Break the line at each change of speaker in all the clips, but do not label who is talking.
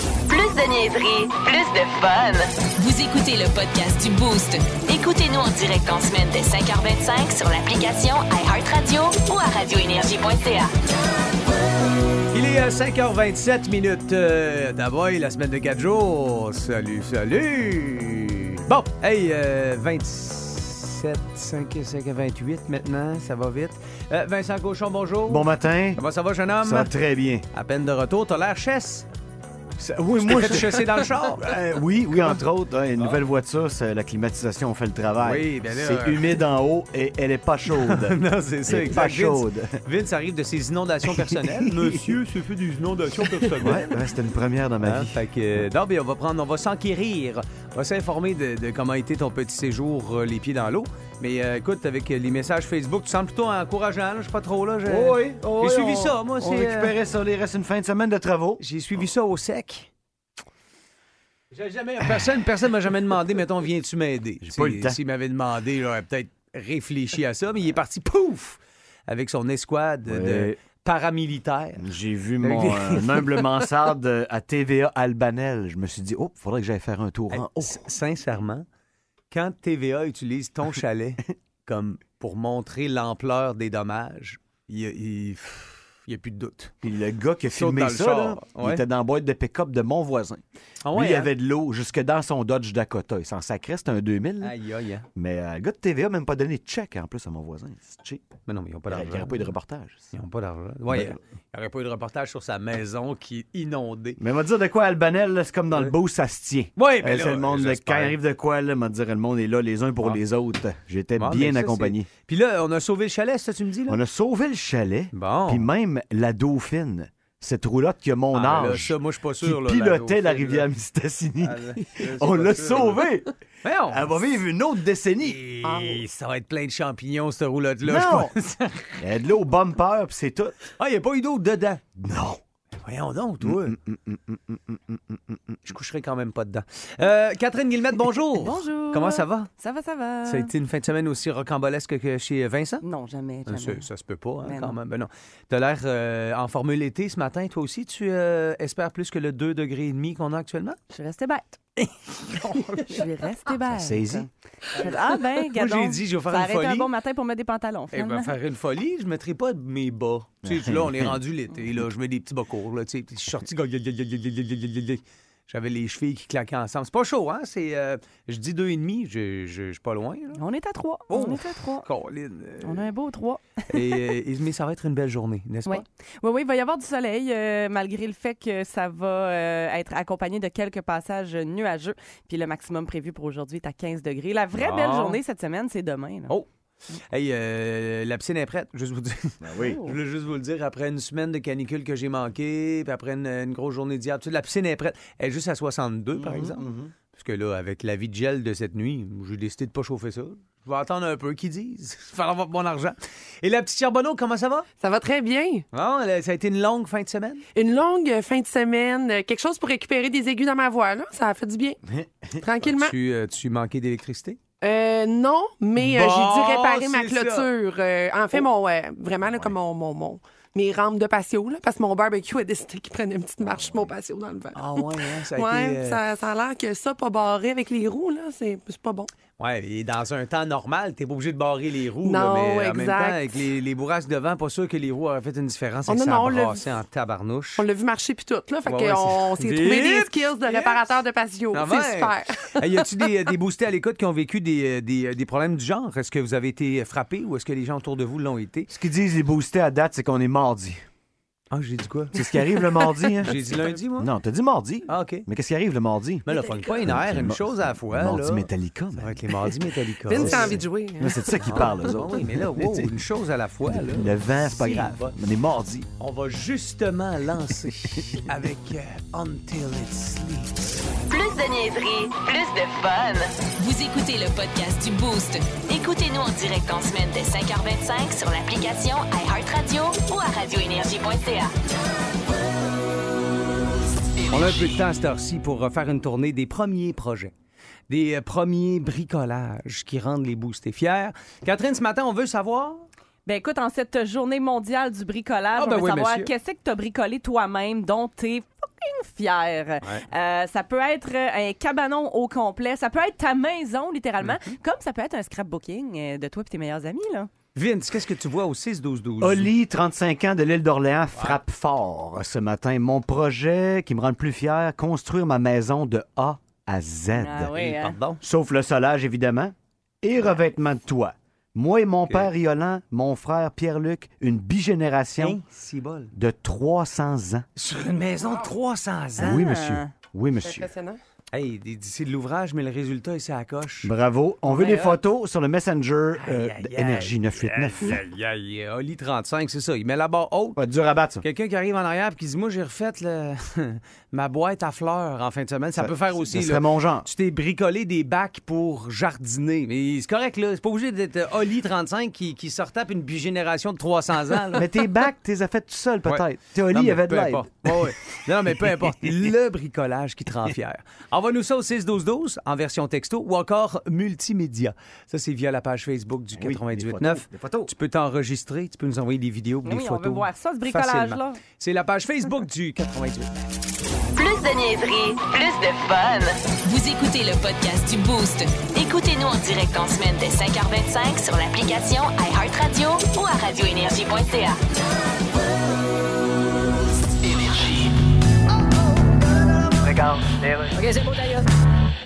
de niaiserie, plus de fun. Vous écoutez le podcast du Boost. Écoutez-nous en direct en semaine dès 5h25 sur l'application iHeartRadio ou à radioénergie.ca.
Il est euh, 5h27 minutes. Euh, D'abord, la semaine de 4 jours. Salut, salut. Bon, hey, euh, 27, 5, 5, 28 maintenant, ça va vite. Euh, Vincent Cochon, bonjour.
Bon matin.
Comment ça va, jeune homme?
Ça va très bien.
À peine de retour, t'as l'air chesse.
Ça- oui,
Tu t'es fait chasser dans le char.
Euh, oui, oui, entre autres, hein, une nouvelle voiture, c'est- la climatisation fait le travail.
Ah. Oui, ben là,
c'est
euh,
humide en haut et elle est pas chaude.
Non, c'est ça,
Elle est
exact.
Pas
Vince-
chaude.
Vince arrive de ses inondations personnelles.
Monsieur
se fait des inondations
Ouais, ouais, c'était une première dans ma
Hein,
vie.
fait que, euh, non, mais on va prendre, on va s'enquérir. On va s'informer de, de comment a été ton petit séjour euh, les pieds dans l'eau. Mais euh, écoute, avec euh, les messages Facebook, tu sembles plutôt encourageant, là, je sais pas trop là. j'ai-
Oh
J'ai suivi ça, moi,
On
c'est. euh,
récupérait ça, il reste une fin de semaine de travaux.
J'ai suivi ça au sec. J'ai jamais. Personne, personne m'a jamais demandé, mettons, viens-tu m'aider?
J'ai pas eu le
Si-
temps.
S'il m'avait demandé, j'aurais peut-être réfléchi à ça, mais il est parti, pouf! Avec son escouade de
Ouais.
paramilitaires.
J'ai vu mon euh, humble mansarde euh, à TVA Albanel. Je me suis dit, oh, faudrait que j'aille faire un tour hein. Oh,
Hey,
en haut.
s- Sincèrement, quand TVA utilise ton chalet comme pour montrer l'ampleur des dommages, il n'y a, il- pff, il y a plus de doute.
Puis le gars qui a
Saute dans
filmé
le
ça,
char.
là,
Ouais. Ah hein?
il était dans la boîte de pick-up de mon voisin. Lui, il avait de l'eau jusque dans son Dodge Dakota. Il s'en sacrait, c'était un 2000. là.
Aïe, aïe, aïe.
Mais euh, le gars de TVA n'a même pas donné de chèque hein, en plus à mon voisin. C'est cheap.
Mais non, mais ils n'ont pas
Il n'y
d'argent.
aurait pas eu de reportage.
Ils n'ont pas d'argent. Ouais,
Ben-
il n'y aurait pas eu de reportage sur sa maison qui est inondée.
Mais on va dire de quoi, Albanel, là, c'est comme dans le
Ouais.
beau, ça se tient.
Ouais, mais
Euh,
là,
c'est le monde, là,
j'espère.
quand il arrive de quoi, là, on va dire, le monde est là, les uns pour
Ah.
les autres. J'étais
Ah, mais
bien
ça,
accompagné.
c'est- Puis là, on a sauvé le chalet, ça, tu me dis? Là?
On a sauvé le chalet,
Bon.
puis même la dauphine, cette roulotte qui a mon
Ah, là,
âge,
ça, moi, je suis pas
qui
sûr. là,
pilotait la,
dauphine, là.
rivière Mistassini.
Ah, là, là, je suis
on
pas
l'a
sûr, là.
sauvée!
Voyons.
Elle va vivre une autre décennie!
Et ça va être plein de champignons, cette roulotte-là. je
Non!
pense.
Elle a de l'eau au bumper, puis c'est tout.
Ah, il n'y a pas eu d'eau dedans. Ben,
Non! Mm,
Voyons donc, toi. Je coucherai quand même pas dedans. Euh, Catherine Guillemette, bonjour.
Bonjour.
Oh, Comment ça va?
Ça va, ça va.
Ça a été une fin de semaine aussi rocambolesque que chez Vincent?
Non, jamais, jamais.
Ça, ça se peut pas, hein,
Ben
quand
non.
même. Ben non. T'as l'air euh, en formule été ce matin. Toi aussi, tu euh, espères plus que le 2 degrés et demi qu'on a actuellement?
Je suis restée bête. Je suis restée bête.
saisit.
Ah ben,
Moi,
gadon.
j'ai dit, je vais faire
ça
une
aurait été un
folie.
bon matin pour mettre des pantalons,
Eh
finalement.
ben, faire une folie, je mettrai pas mes bas. Tu sais, là, on est rendu l'été, là. Je mets des petits bas courts, là. Tu sais, puis je suis sorti. gog- gog- gog- gog- gog- gog- gog- gog. J'avais les chevilles qui claquaient ensemble. C'est pas chaud, hein? C'est, euh, je dis deux et demi, je, je, je suis pas loin, là.
On est à trois.
Oh.
On est à trois.
Colline, euh,
On a un beau trois.
et, euh, et- mais ça va être une belle journée, n'est-ce
Oui.
pas?
oui, oui, il va y avoir du soleil, euh, malgré le fait que ça va euh, être accompagné de quelques passages nuageux. Puis le maximum prévu pour aujourd'hui est à 15 degrés. La vraie
Bon.
belle journée cette semaine, c'est demain. là.
Oh. Hey, euh, la piscine est prête, juste vous dire.
oui.
Je voulais juste vous le dire, après une semaine de canicule que j'ai manqué, puis après une, une grosse journée d'hier, tu sais, la piscine est prête. Elle est juste à 62, par exemple. Parce que là, avec la vie de gel de cette nuit, j'ai décidé de pas chauffer ça. Je vais attendre un peu qu'ils disent. Je vais avoir mon argent. Et la petite Charbonneau, comment ça va?
Ça va très bien.
Non, elle a- ça a été une longue fin de semaine?
Une longue euh, fin de semaine, euh, quelque chose pour récupérer des aigus dans ma voix, là. Ça a fait du bien. Tranquillement.
Tu, euh, tu manquais d'électricité?
Euh, non, mais euh,
Bon,
j'ai dû réparer ma
c'est ça. Oh.
clôture. Euh, en fait, mon, euh, vraiment, là, comme mon, mon, mon- mes rampes de patio, là, parce que mon barbecue a décidé qu'il prenait une petite marche sur mon patio dans le vent.
Ah ouais, hein, ça a
ouais,
été... euh,
ça, ça a l'air que ça, pas barré avec les roues, là, c'est c'est pas bon.
Ouais, et dans un temps normal, t'es pas obligé de barrer les roues, là,
Non,
mais en même temps,
exact.
avec les, les bourrasques devant, pas sûr que les roues auraient fait une différence.
Oh,
et
non,
ça
non,
a
on l'a
brassé
vu.
en tabarnouche.
On l'a vu marcher puis tout, là. Fait
Ouais, ouais,
qu'on
c'est-
s'est trouvé des
Vite,
skills de
vite.
réparateur de patio.
Ah ouais.
C'est super.
Hey, y a-tu des, des boostés à l'écoute qui ont vécu des, euh, des- des problèmes du genre? Est-ce que vous avez été euh, frappé ou est-ce que les gens autour de vous l'ont été?
Ce qu'ils disent les boostés à date, c'est qu'on est mardi.
Ah, j'ai dit quoi?
C'est ce qui arrive le mardi, hein?
J'ai dit lundi, moi?
Non, t'as dit mardi.
Ah, OK.
Mais qu'est-ce qui arrive le mardi?
Mais là, pogne pas une heure, une chose à la fois.
mardi
là.
Metallica,
Ça
man.
va être les mardis Metallica.
Vince a envie de jouer. hein.
Là, c'est de ça qu'ils parlent, eux
Ah
autres.
oui, mais là, wow, une chose à la fois. là.
Le vent, c'est pas
Si,
grave.
bon.
On est mardi.
On va justement lancer avec euh, Until It Sleeps.
Plus de niaiserie, plus de fun.
Vous écoutez le podcast du Boost.
Écoutez-nous en direct en semaine dès 5h25 sur l'application iHeartRadio ou à radioénergie.ca.
On a un peu de temps à cette heure-ci pour euh, faire une tournée des premiers projets, des euh, premiers bricolages qui rendent les boostés fiers. Catherine, ce matin, on veut savoir.
Ben écoute, en cette journée mondiale du bricolage,
Ah, ben
on veut
oui,
savoir
monsieur.
qu'est-ce que t'as bricolé toi-même dont t'es fucking fiers. Euh, ça peut être un cabanon au complet. Ça peut être ta maison, littéralement.
Mhm.
Comme ça peut être un scrapbooking euh, de toi et tes meilleurs amis, là.
Vince, qu'est-ce que tu vois au 6-12-12?
Oli, 35 ans de l'île d'Orléans, frappe fort ce matin. Mon projet qui me rend le plus fier, construire ma maison de A à Z.
Ah oui, hein?
Pardon?
Sauf le solage, évidemment, et revêtement de toit. Moi et mon père Yolande, mon frère Pierre-Luc, une bigénération
Si bol.
de 300 ans.
Hein? Sur une maison de 300 ans. Ah.
Oui, monsieur. Oui, monsieur.
Impressionnant.
Hey, d- d- c'est de l'ouvrage, mais le résultat, il à la coche.
Bravo. On veut des photos sur le Messenger euh,
Aïe, aïe,
Énergie
aïe.
989.
Aïe, aïe, aïe. Oli 35, c'est ça. Il met la barre haute.
Va être dur à battre, ça.
Quelqu'un qui arrive en arrière et qui dit Moi, j'ai refait le- ma boîte à fleurs en fin de semaine. Ça, peut faire aussi.
Ce serait
là.
mon genre.
Tu t'es bricolé des bacs pour jardiner. Mais c'est correct, là. C'est pas obligé d'être euh, Oli 35 qui, qui se retape une bigénération de 300 ans. là.
Mais tes bacs, t'es as fait tout seul, peut-être.
Ouais.
T'es Oli,
Non,
il y
mais
avait de
peu
l'aide.
importe. Ouais, ouais. Non, mais peu importe. Le bricolage qui te rend fier. Envoie-nous ça au 6-12-12 en version texto ou encore multimédia. Ça, c'est via la page Facebook du
oui,
98.9.
des photos.
Tu peux t'enregistrer, tu peux nous envoyer des vidéos, des
Oui, on
photos.
veut voir ça, ce bricolage-là.
facilement. C'est la page Facebook du 98.
Plus de niaiserie, plus de fun.
Vous écoutez le podcast du Boost.
Écoutez-nous en direct en semaine dès 5h25 sur l'application iHeartRadio ou à radioénergie.ca.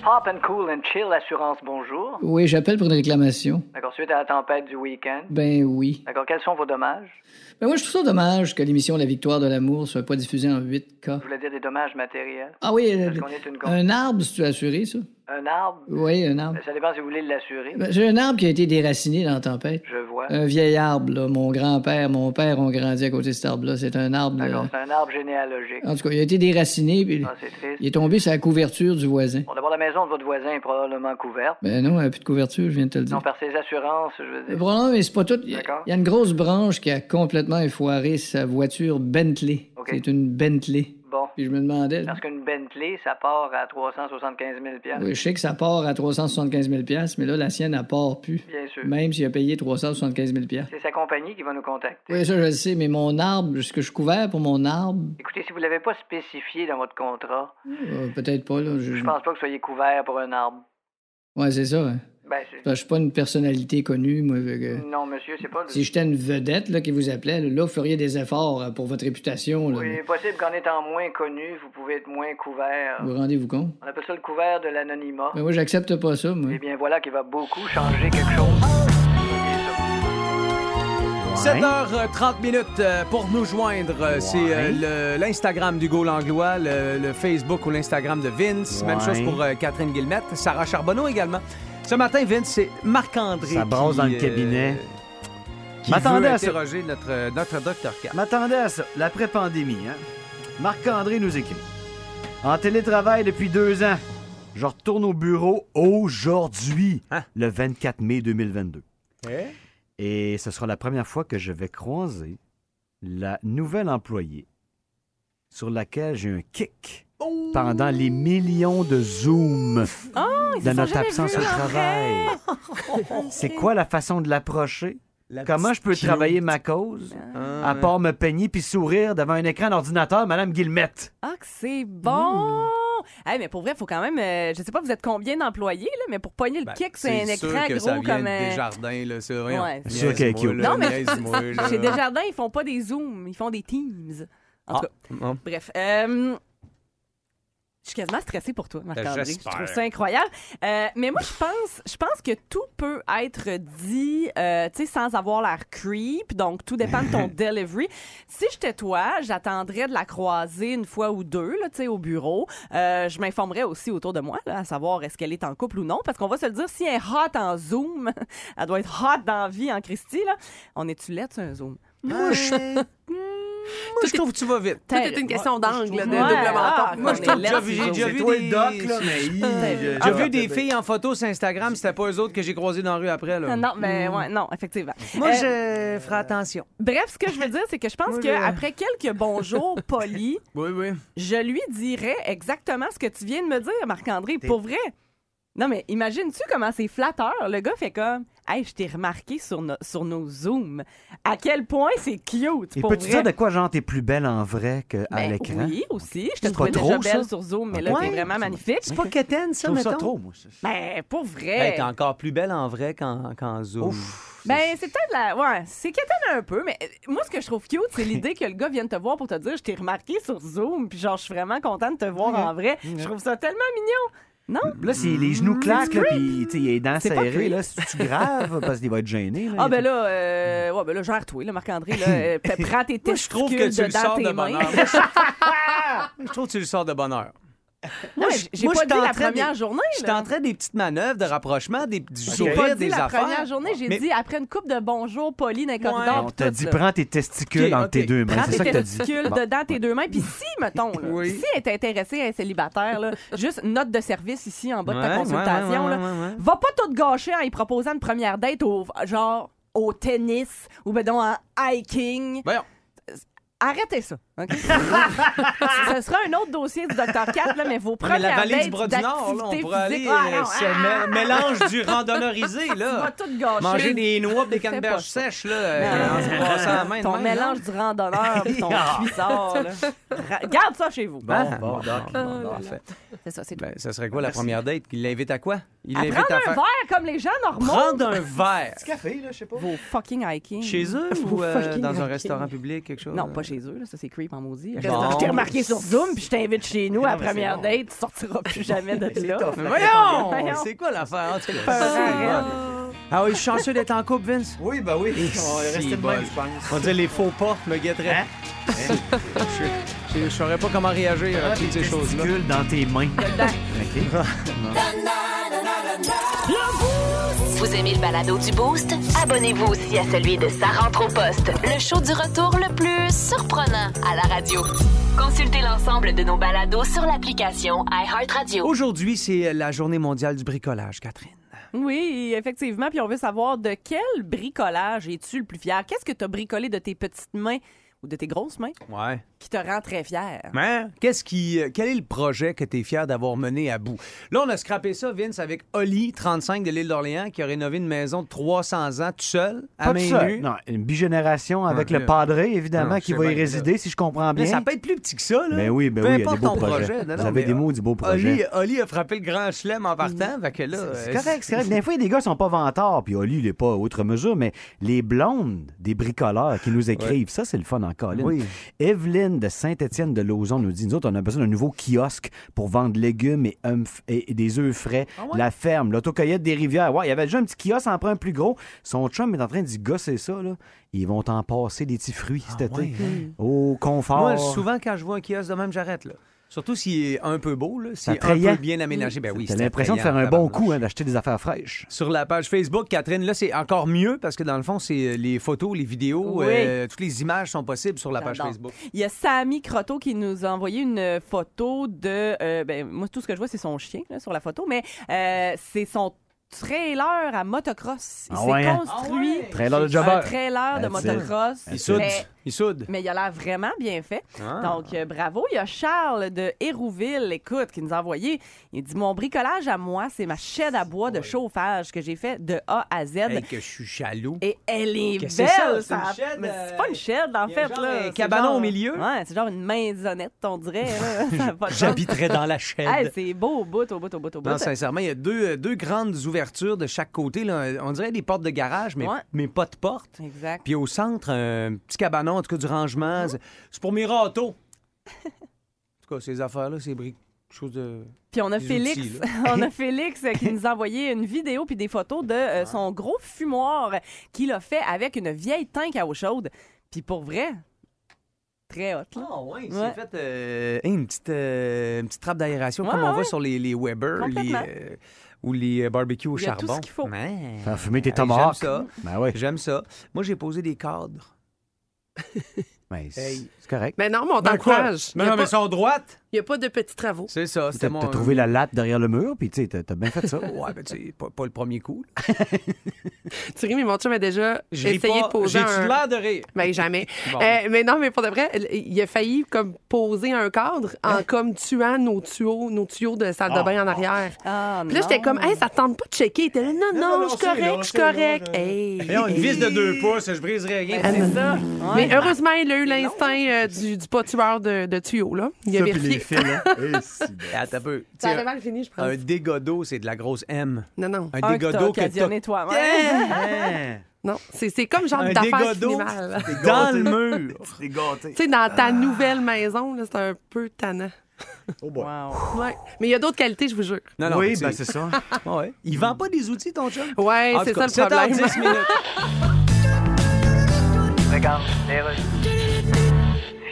Hop and cool and chill, assurance, bonjour.
Oui, j'appelle pour une réclamation.
D'accord, suite à la tempête du week-end.
Ben oui.
D'accord, quels sont vos dommages?
Mais moi, je trouve ça dommage que l'émission La Victoire de l'amour soit pas diffusée en 8K.
Je voulais dire des dommages matériels.
Ah oui, euh,
Parce qu'on est une con-
un arbre, si tu as assuré ça.
Un arbre?
Oui, un arbre.
Ça dépend si vous voulez l'assurer.
Ben, J'ai un arbre qui a été déraciné dans la tempête.
Je vois.
Un vieil arbre, là. Mon grand-père, mon père ont grandi à côté de cet arbre-là. C'est un arbre.
D'accord,
euh,
Ah, c'est un arbre généalogique.
En tout cas, il a été déraciné, puis
Ah, c'est triste.
il est tombé sur la couverture du voisin.
Bon, d'abord, la maison de votre voisin est probablement couverte.
Ben non, il n'y a plus de couverture, je viens de te le dire.
Non, par ses assurances, je veux
Le
dire.
problème, Euh, mais c'est pas tout. Il y, a-
D'accord.
il y a une grosse branche qui a complètement effoiré sa voiture Bentley.
OK.
C'est une Bentley.
Bon.
Puis je me demandais. là,
Parce qu'une Bentley, ça part à 375 000
oui, Euh, je sais que ça part à 375 000 mais là, la sienne, elle part plus.
Bien sûr.
Même s'il a payé 375 000
C'est sa compagnie qui va nous contacter.
Oui, ça, je le sais, mais mon arbre, ce que je suis couvert pour mon arbre,
Écoutez, si vous ne l'avez pas spécifié dans votre contrat,
euh, peut-être pas, là. Je...
je pense pas que vous soyez couvert pour un arbre.
Ouais, c'est ça. hein.
Ben, c'est-
Parce que Je suis pas une personnalité connue, moi. fait que-
Non, monsieur, c'est pas...
Si j'étais une vedette, là, qui vous appelait, là, vous feriez des efforts euh, pour votre réputation, là.
Oui, il est
mais
possible qu'en étant moins connu, vous pouvez être moins couvert.
Vous rendez-vous compte?
On appelle ça le couvert de l'anonymat.
Ben, moi, j'accepte pas ça, moi.
Ah. Eh bien, voilà qui va beaucoup changer quelque chose.
7h30 minutes euh, pour nous joindre. Euh, C'est euh, le- l'Instagram d'Hugo Langlois, le, le Facebook ou l'Instagram de Vince. Même
Ouais.
chose pour euh, Catherine Guillemette, Sarah Charbonneau également. Ce matin, Vince, c'est Marc-André.
Ça brasse
qui,
dans le cabinet.
euh, Qui
M'attendais
veut
à ça.
interroger notre, euh, notre docteur Cat.
M'attendais à ça. La pré-pandémie, hein? Marc-André nous écrit. En télétravail depuis deux ans, je retourne au bureau aujourd'hui,
Hein?
le 24 mai 2022.
Eh?
Et ce sera la première fois que je vais croiser la nouvelle employée sur laquelle j'ai un kick pendant les millions de Zoom
ils se
de
sont
notre
jamais
absence
vus,
au
en
travail. C'est quoi la façon de l'approcher? Comment je peux travailler ma cause?
Ah,
À part me peigner puis sourire devant un écran d'ordinateur, Madame Guillemette.
Ah, que c'est bon!
Mm.
Hey, mais pour vrai, faut quand même. euh, je sais pas, vous êtes combien d'employés, là, mais pour pogner le
Ben,
kick, c'est un
sûr
écran
que
gros
ça vient
comme.
de
euh,
Desjardins, là, ça. voyons.
Ouais.
Sûr qu'elle est
Niaise-moi,
cute.
là,
Non, mais-
niaise-moi, là.
Chez Desjardins, ils font pas des Zooms, ils font des Teams. En tout cas,
Ah.
bref. Euh, je suis quasiment stressée pour toi, Marc-André. Je
Ben, J'espère.
trouve ça incroyable. Euh, mais moi, je pense, je pense que tout peut être dit, euh, tu sais, sans avoir l'air creep. Donc, tout dépend de ton delivery. Si j'étais toi, j'attendrais de la croiser une fois ou deux, là, tu sais, au bureau. Euh, je m'informerais aussi autour de moi, là, à savoir est-ce qu'elle est en couple ou non. Parce qu'on va se le dire, si elle est hot en Zoom, elle doit être hot dans la vie en Christie, là. On est-tu laid sur un Zoom?
Moi, je... Hmm, Moi, je trouve que tu vas vite.
Tout est une question d'angle, de
trouve-
double
Ouais, ah,
menton.
Moi, je
J'ai
trouve-
déjà vu- j'ai déjà
C'est
vu
toi
des-
le doc, là, mais il-
J'ai
J'ai vu des filles en photo sur Instagram, c'était pas eux autres que j'ai croisés dans la rue après. Là.
Ah, Non, mais
Hmm.
ouais, non, effectivement.
Moi,
Euh,
je ferai attention.
Bref, ce que je veux dire, c'est que je pense
Moi,
que
je-
après quelques bonjours polis,
Oui, oui.
je lui dirais exactement ce que tu viens de me dire, Marc-André. Pour vrai, Non, mais imagines-tu comment c'est flatteur? Le gars fait comme Hey, je t'ai remarqué sur, no- sur nos Zooms. À quel point c'est cute.
Et
pour
peux-tu
vrai.
dire de quoi, genre, t'es plus belle en vrai qu'à
Ben
l'écran?
Oui, aussi. Je te
C'est
trouvais
pas
déjà
trop, ça?
belle sur Zoom, mais là,
Ouais.
t'es vraiment magnifique.
C'est pas quétaine,
Je
ça,
trouve
mettons?
ça trop, moi. ça.
Ben, pour vrai.
Hey, t'es encore plus belle en vrai qu'en qu'en Zoom.
Ben, c'est peut-être la. Ouais, c'est quétaine un peu, mais euh, moi, ce que je trouve cute, c'est l'idée que le gars vienne te voir pour te dire Je t'ai remarqué sur Zoom, puis genre, je suis vraiment contente de te voir en vrai. Je trouve ça tellement mignon. Non? Mm.
Là, c'est les genoux claquent, là, puis tu sais, il est dents
C'est pas
serrées,
creep.
là. C'est-tu grave? Parce qu'il va être gêné, là.
Ah, ben là, euh, ouais, ben là, gère-toi, là, Marc-André, là, euh, p- prends tes
Moi, je trouve que
testicules
tu le
dedans
sors
tes
de
mains.
bonheur. Moi, je- je trouve que tu le sors de bonheur.
Non, mais j'ai
Moi,
pas
je
dit la
tenterais des-
première journée.
Je
là.
tenterais des petites manœuvres de rapprochement, des, du
J'ai pas
sourire,
dit
des
la
affaires.
première journée, j'ai
Mais-
dit après une coupe de bonjour poli dans les corridors.
On
puis
t'a
tout,
dit,
là.
prends tes testicules
Ok,
entre tes
ok.
deux mains.
Prends
C'est ça
tes
que t'as dit.
testicules
Bon.
dedans tes deux mains. Puis si, mettons, là,
Oui.
si elle est intéressée, elle est célibataire, là, juste note de service ici en bas de
Ouais,
ta
ouais,
consultation.
ouais,
là.
ouais, ouais.
Va pas tout gâcher en y proposant une première date au genre au tennis ou ben donc en hiking.
Voyons.
Arrêtez ça. OK? Ce sera un autre dossier du Dr. Cat, là, mais vos
Non, mais
premières
la vallée
dates
du bras du Nord, là, on
d'activité
pourrait aller
physique- Ah,
euh,
non,
se
ah,
mé- mélange du randonnorisé,
tu vas
là.
tout gâcher.
Manger des noix, pis des
Fais pas
canneberges
ça.
sèches, là, euh, en se brassant la main. de
ton
même,
mélange du randonneur et ton cuissard. là. Ra- Garde ça chez vous.
non?
Bon, bon, doc.
Ah,
Ah,
bon, parfait.
C'est ça, c'est tout.
Ben, ça serait quoi la première date? Il l'invite à quoi? Il
À
l'invite
prendre
à
un
faire.
verre comme les gens normaux.
Prendre un verre.
café, là, je sais pas.
Vos fucking hiking.
Chez eux ou euh,
fucking
dans un
hiking.
restaurant public, quelque chose?
Non, pas chez eux, là, ça c'est creep en maudit.
Bon.
Je t'ai remarqué sur Zoom, puis je t'invite chez nous à la
mais
première
c'est bon.
date, tu sortiras plus jamais de
C'est
là.
tough,
Mais
là.
Voyons!
Voyons. Euh,
C'est quoi l'affaire? En tout cas, c'est
Peur.
bon. Ah oui, je suis chanceux d'être en couple, Vince.
Oui, bah oui. On est resté
si,
de
bol.
même, je pense.
On dirait les faux pas me guetteraient.
Hein?
Je- Je ne saurais pas comment réagir à toutes ces choses-là.
Testicules dans tes mains. OK.
Vous aimez le balado du Boost? Abonnez-vous aussi à celui de Sa rentre au poste, le show du retour le plus surprenant à la radio. Consultez l'ensemble de nos balados sur l'application iHeartRadio.
Aujourd'hui, c'est la journée mondiale du bricolage, Catherine.
Oui, effectivement, puis on veut savoir de quel bricolage es-tu le plus fier? Qu'est-ce que tu as bricolé de tes petites mains ou de tes grosses mains
Ouais.
qui te rend très fier?
Hein? Qu'est-ce qui, euh, quel est le projet que tu es fier d'avoir mené à bout? Là, on a scrappé ça, Vince, avec Oli, 35 de l'île d'Orléans, qui a rénové une maison de 300 ans tout seul, à
Pas
main
de ça.
nue.
Non, une bigénération avec
euh,
le
Ouais, là.
padré, évidemment,
Non,
qui
c'est
va y
bien, là.
résider, si je comprends
Mais
bien.
ça peut être plus petit que ça, là.
Ben oui, ben
Peu
oui, il y a
importe
des beaux
ton
projets.
projet. Non,
Vous
non,
avez
mais, euh,
des mots du beau projet.
Oli, Oli a frappé le grand chelem en partant, fait que là...
C'est
euh,
correct, c'est correct. Des fois, il y a des gars qui sont pas vantards, puis Oli, il est pas à outre mesure, mais les blondes des bricoleurs qui nous écrivent, ça, c'est le fun en colline.
Oui.
Evelyne de Saint-Étienne de Lauzon nous dit, nous autres, on a besoin d'un nouveau kiosque pour vendre légumes et, œufs- et- et des œufs frais.
Ah
La ferme, l'autocueillette des rivières. Ouais, il y avait déjà un petit kiosque, en prend un plus gros. Son chum est en train d'y gosser ça, là. Ils vont t'en passer des petits fruits cet été. Au confort.
Ah hein? Moi, souvent, quand je vois un kiosque de même, j'arrête, là. Surtout s'il est un peu beau, là, s'il est un
attrayant.
peu bien aménagé. Ben oui,
T'as
c'est
l'impression de faire
attrayant,
un bon
tabarnouche.
coup, hein, d'acheter des affaires fraîches.
Sur la page Facebook, Catherine, là, c'est encore mieux parce que dans le fond, c'est euh, les photos, les vidéos,
Oui.
euh, toutes les images sont possibles sur la page
J'adore.
Facebook.
Il y a Samy Croteau qui nous a envoyé une photo de. euh, ben, moi, tout ce que je vois, c'est son chien là, sur la photo, mais euh, c'est son trailer à motocross. Il
Ah
s'est
ouais, hein?
construit
Trailer de
un
jobber.
trailer de
That's it.
motocross.
Il
That's
soude.
Mais,
Il soude.
mais il a l'air vraiment bien fait.
Ah.
Donc, euh, bravo. Il y a Charles de Hérouville, écoute, qui nous a envoyé. Il dit Mon bricolage à moi, c'est ma chaîne à bois de chauffage que j'ai fait de A à Z.
Hey, que je suis jaloux.
Et elle est belle,
Qu'est-ce que c'est ça? C'est
ça-
une shed,
mais
euh,
c'est pas une shed, en
il y a
fait.
genre
là.
un
C'est
cabanon
genre-
au milieu.
Ouais, c'est genre une maisonnette, on dirait. là. Ça a pas de sens.
J'habiterai dans la
Hey,
chaîne.
c'est beau au bout, au bout, au bout, au bout.
Non, sincèrement, il y a deux, euh, deux grandes ouvertures de chaque côté. là. On dirait des portes de garage, mais,
Ouais.
mais pas de porte.
Exact.
Puis au centre, un petit cabanon, en tout cas du rangement.
Mmh.
C'est- C'est pour mes râteaux. en tout cas, ces affaires-là, c'est bri- chose de...
Puis on a
des
Félix,
outils,
on a Félix euh, qui nous a envoyé une vidéo puis des photos de euh, son gros fumoir qu'il a fait avec une vieille tank à eau chaude. Puis pour vrai, très hot. là.
Ah ouais, il
Ouais.
s'est fait euh, hey, une, petite, euh, une petite trappe d'aération,
Ouais,
comme on
ouais.
voit sur les, les Weber les,
Complètement.
euh, ou les barbecues au
Il y a tout
charbon.
ce qu'il faut.
Ouais.
Faire fumer tes
Hey, J'aime
tomahawks.
ça.
Ben oui.
J'aime ça. Moi, j'ai posé des cadres.
Ben, c'est
Hey.
Ben, c'est correct.
Ben,
Mais non, mais on t'encourage.
Mais
Y a
non,
pas-
mais sont droites.
Il n'y a pas de petits travaux.
C'est ça, c'était
T'as
mon.
t'as trouvé la latte derrière le mur, puis tu sais, t'as t'as bien fait ça.
Ouais, ben, tu sais, pas, pas le premier coup. là.
Tu ris, mais mon chum a déjà
Je ris
essayé
pas.
de poser
J'ai-tu
un...
l'air de rire?
Ben, jamais.
Bon.
Euh, mais non, mais pour de vrai, il a failli comme poser un cadre en comme tuant nos tuyaux, nos tuyaux de salle de bain en arrière.
Ah,
Puis là, j'étais comme, hey, ça te tente pas de checker. Il était là, non, non,
non,
je suis
c'est là,
correct, je suis
c'est là,
correct.
je-
Hey.
Voyons, une vis de deux pouces, je briserai rien.
Ah, non, non.
Ben, ça.
Mais
Ouais.
heureusement, il a eu l'instinct euh, du, du pas tueur de, de tuyaux, là. Il a
Ça, puis les
vérifié.
fils, hein. Eh, si, ben.
Attends un peu. Tu
Ça
sais,
avait mal fini, je pense.
Un dégât d'eau, c'est de la grosse M.
Non, non.
Un
Un
dégât
que t'as
d'eau que t'as
occasionné toi-même.
Hein?
Non, c'est c'est comme genre
Un
d'affaire
dégât
qui finit
d'eau
mal.
dans le mur.
T'es gâté.
Tu sais, dans ta nouvelle maison, là, c'est un peu tannant.
Oh boy.
Wow.
Ouais. Mais il y a d'autres qualités, je vous jure.
Non, non,
Oui,
mais
ben c'est ça.
ouais. Il vend pas des outils, ton chum?
Ouais,
En
Ah,
c'est
tout
ça
cas,
le
7
problème.
heures, 10 minutes.
Regarde, les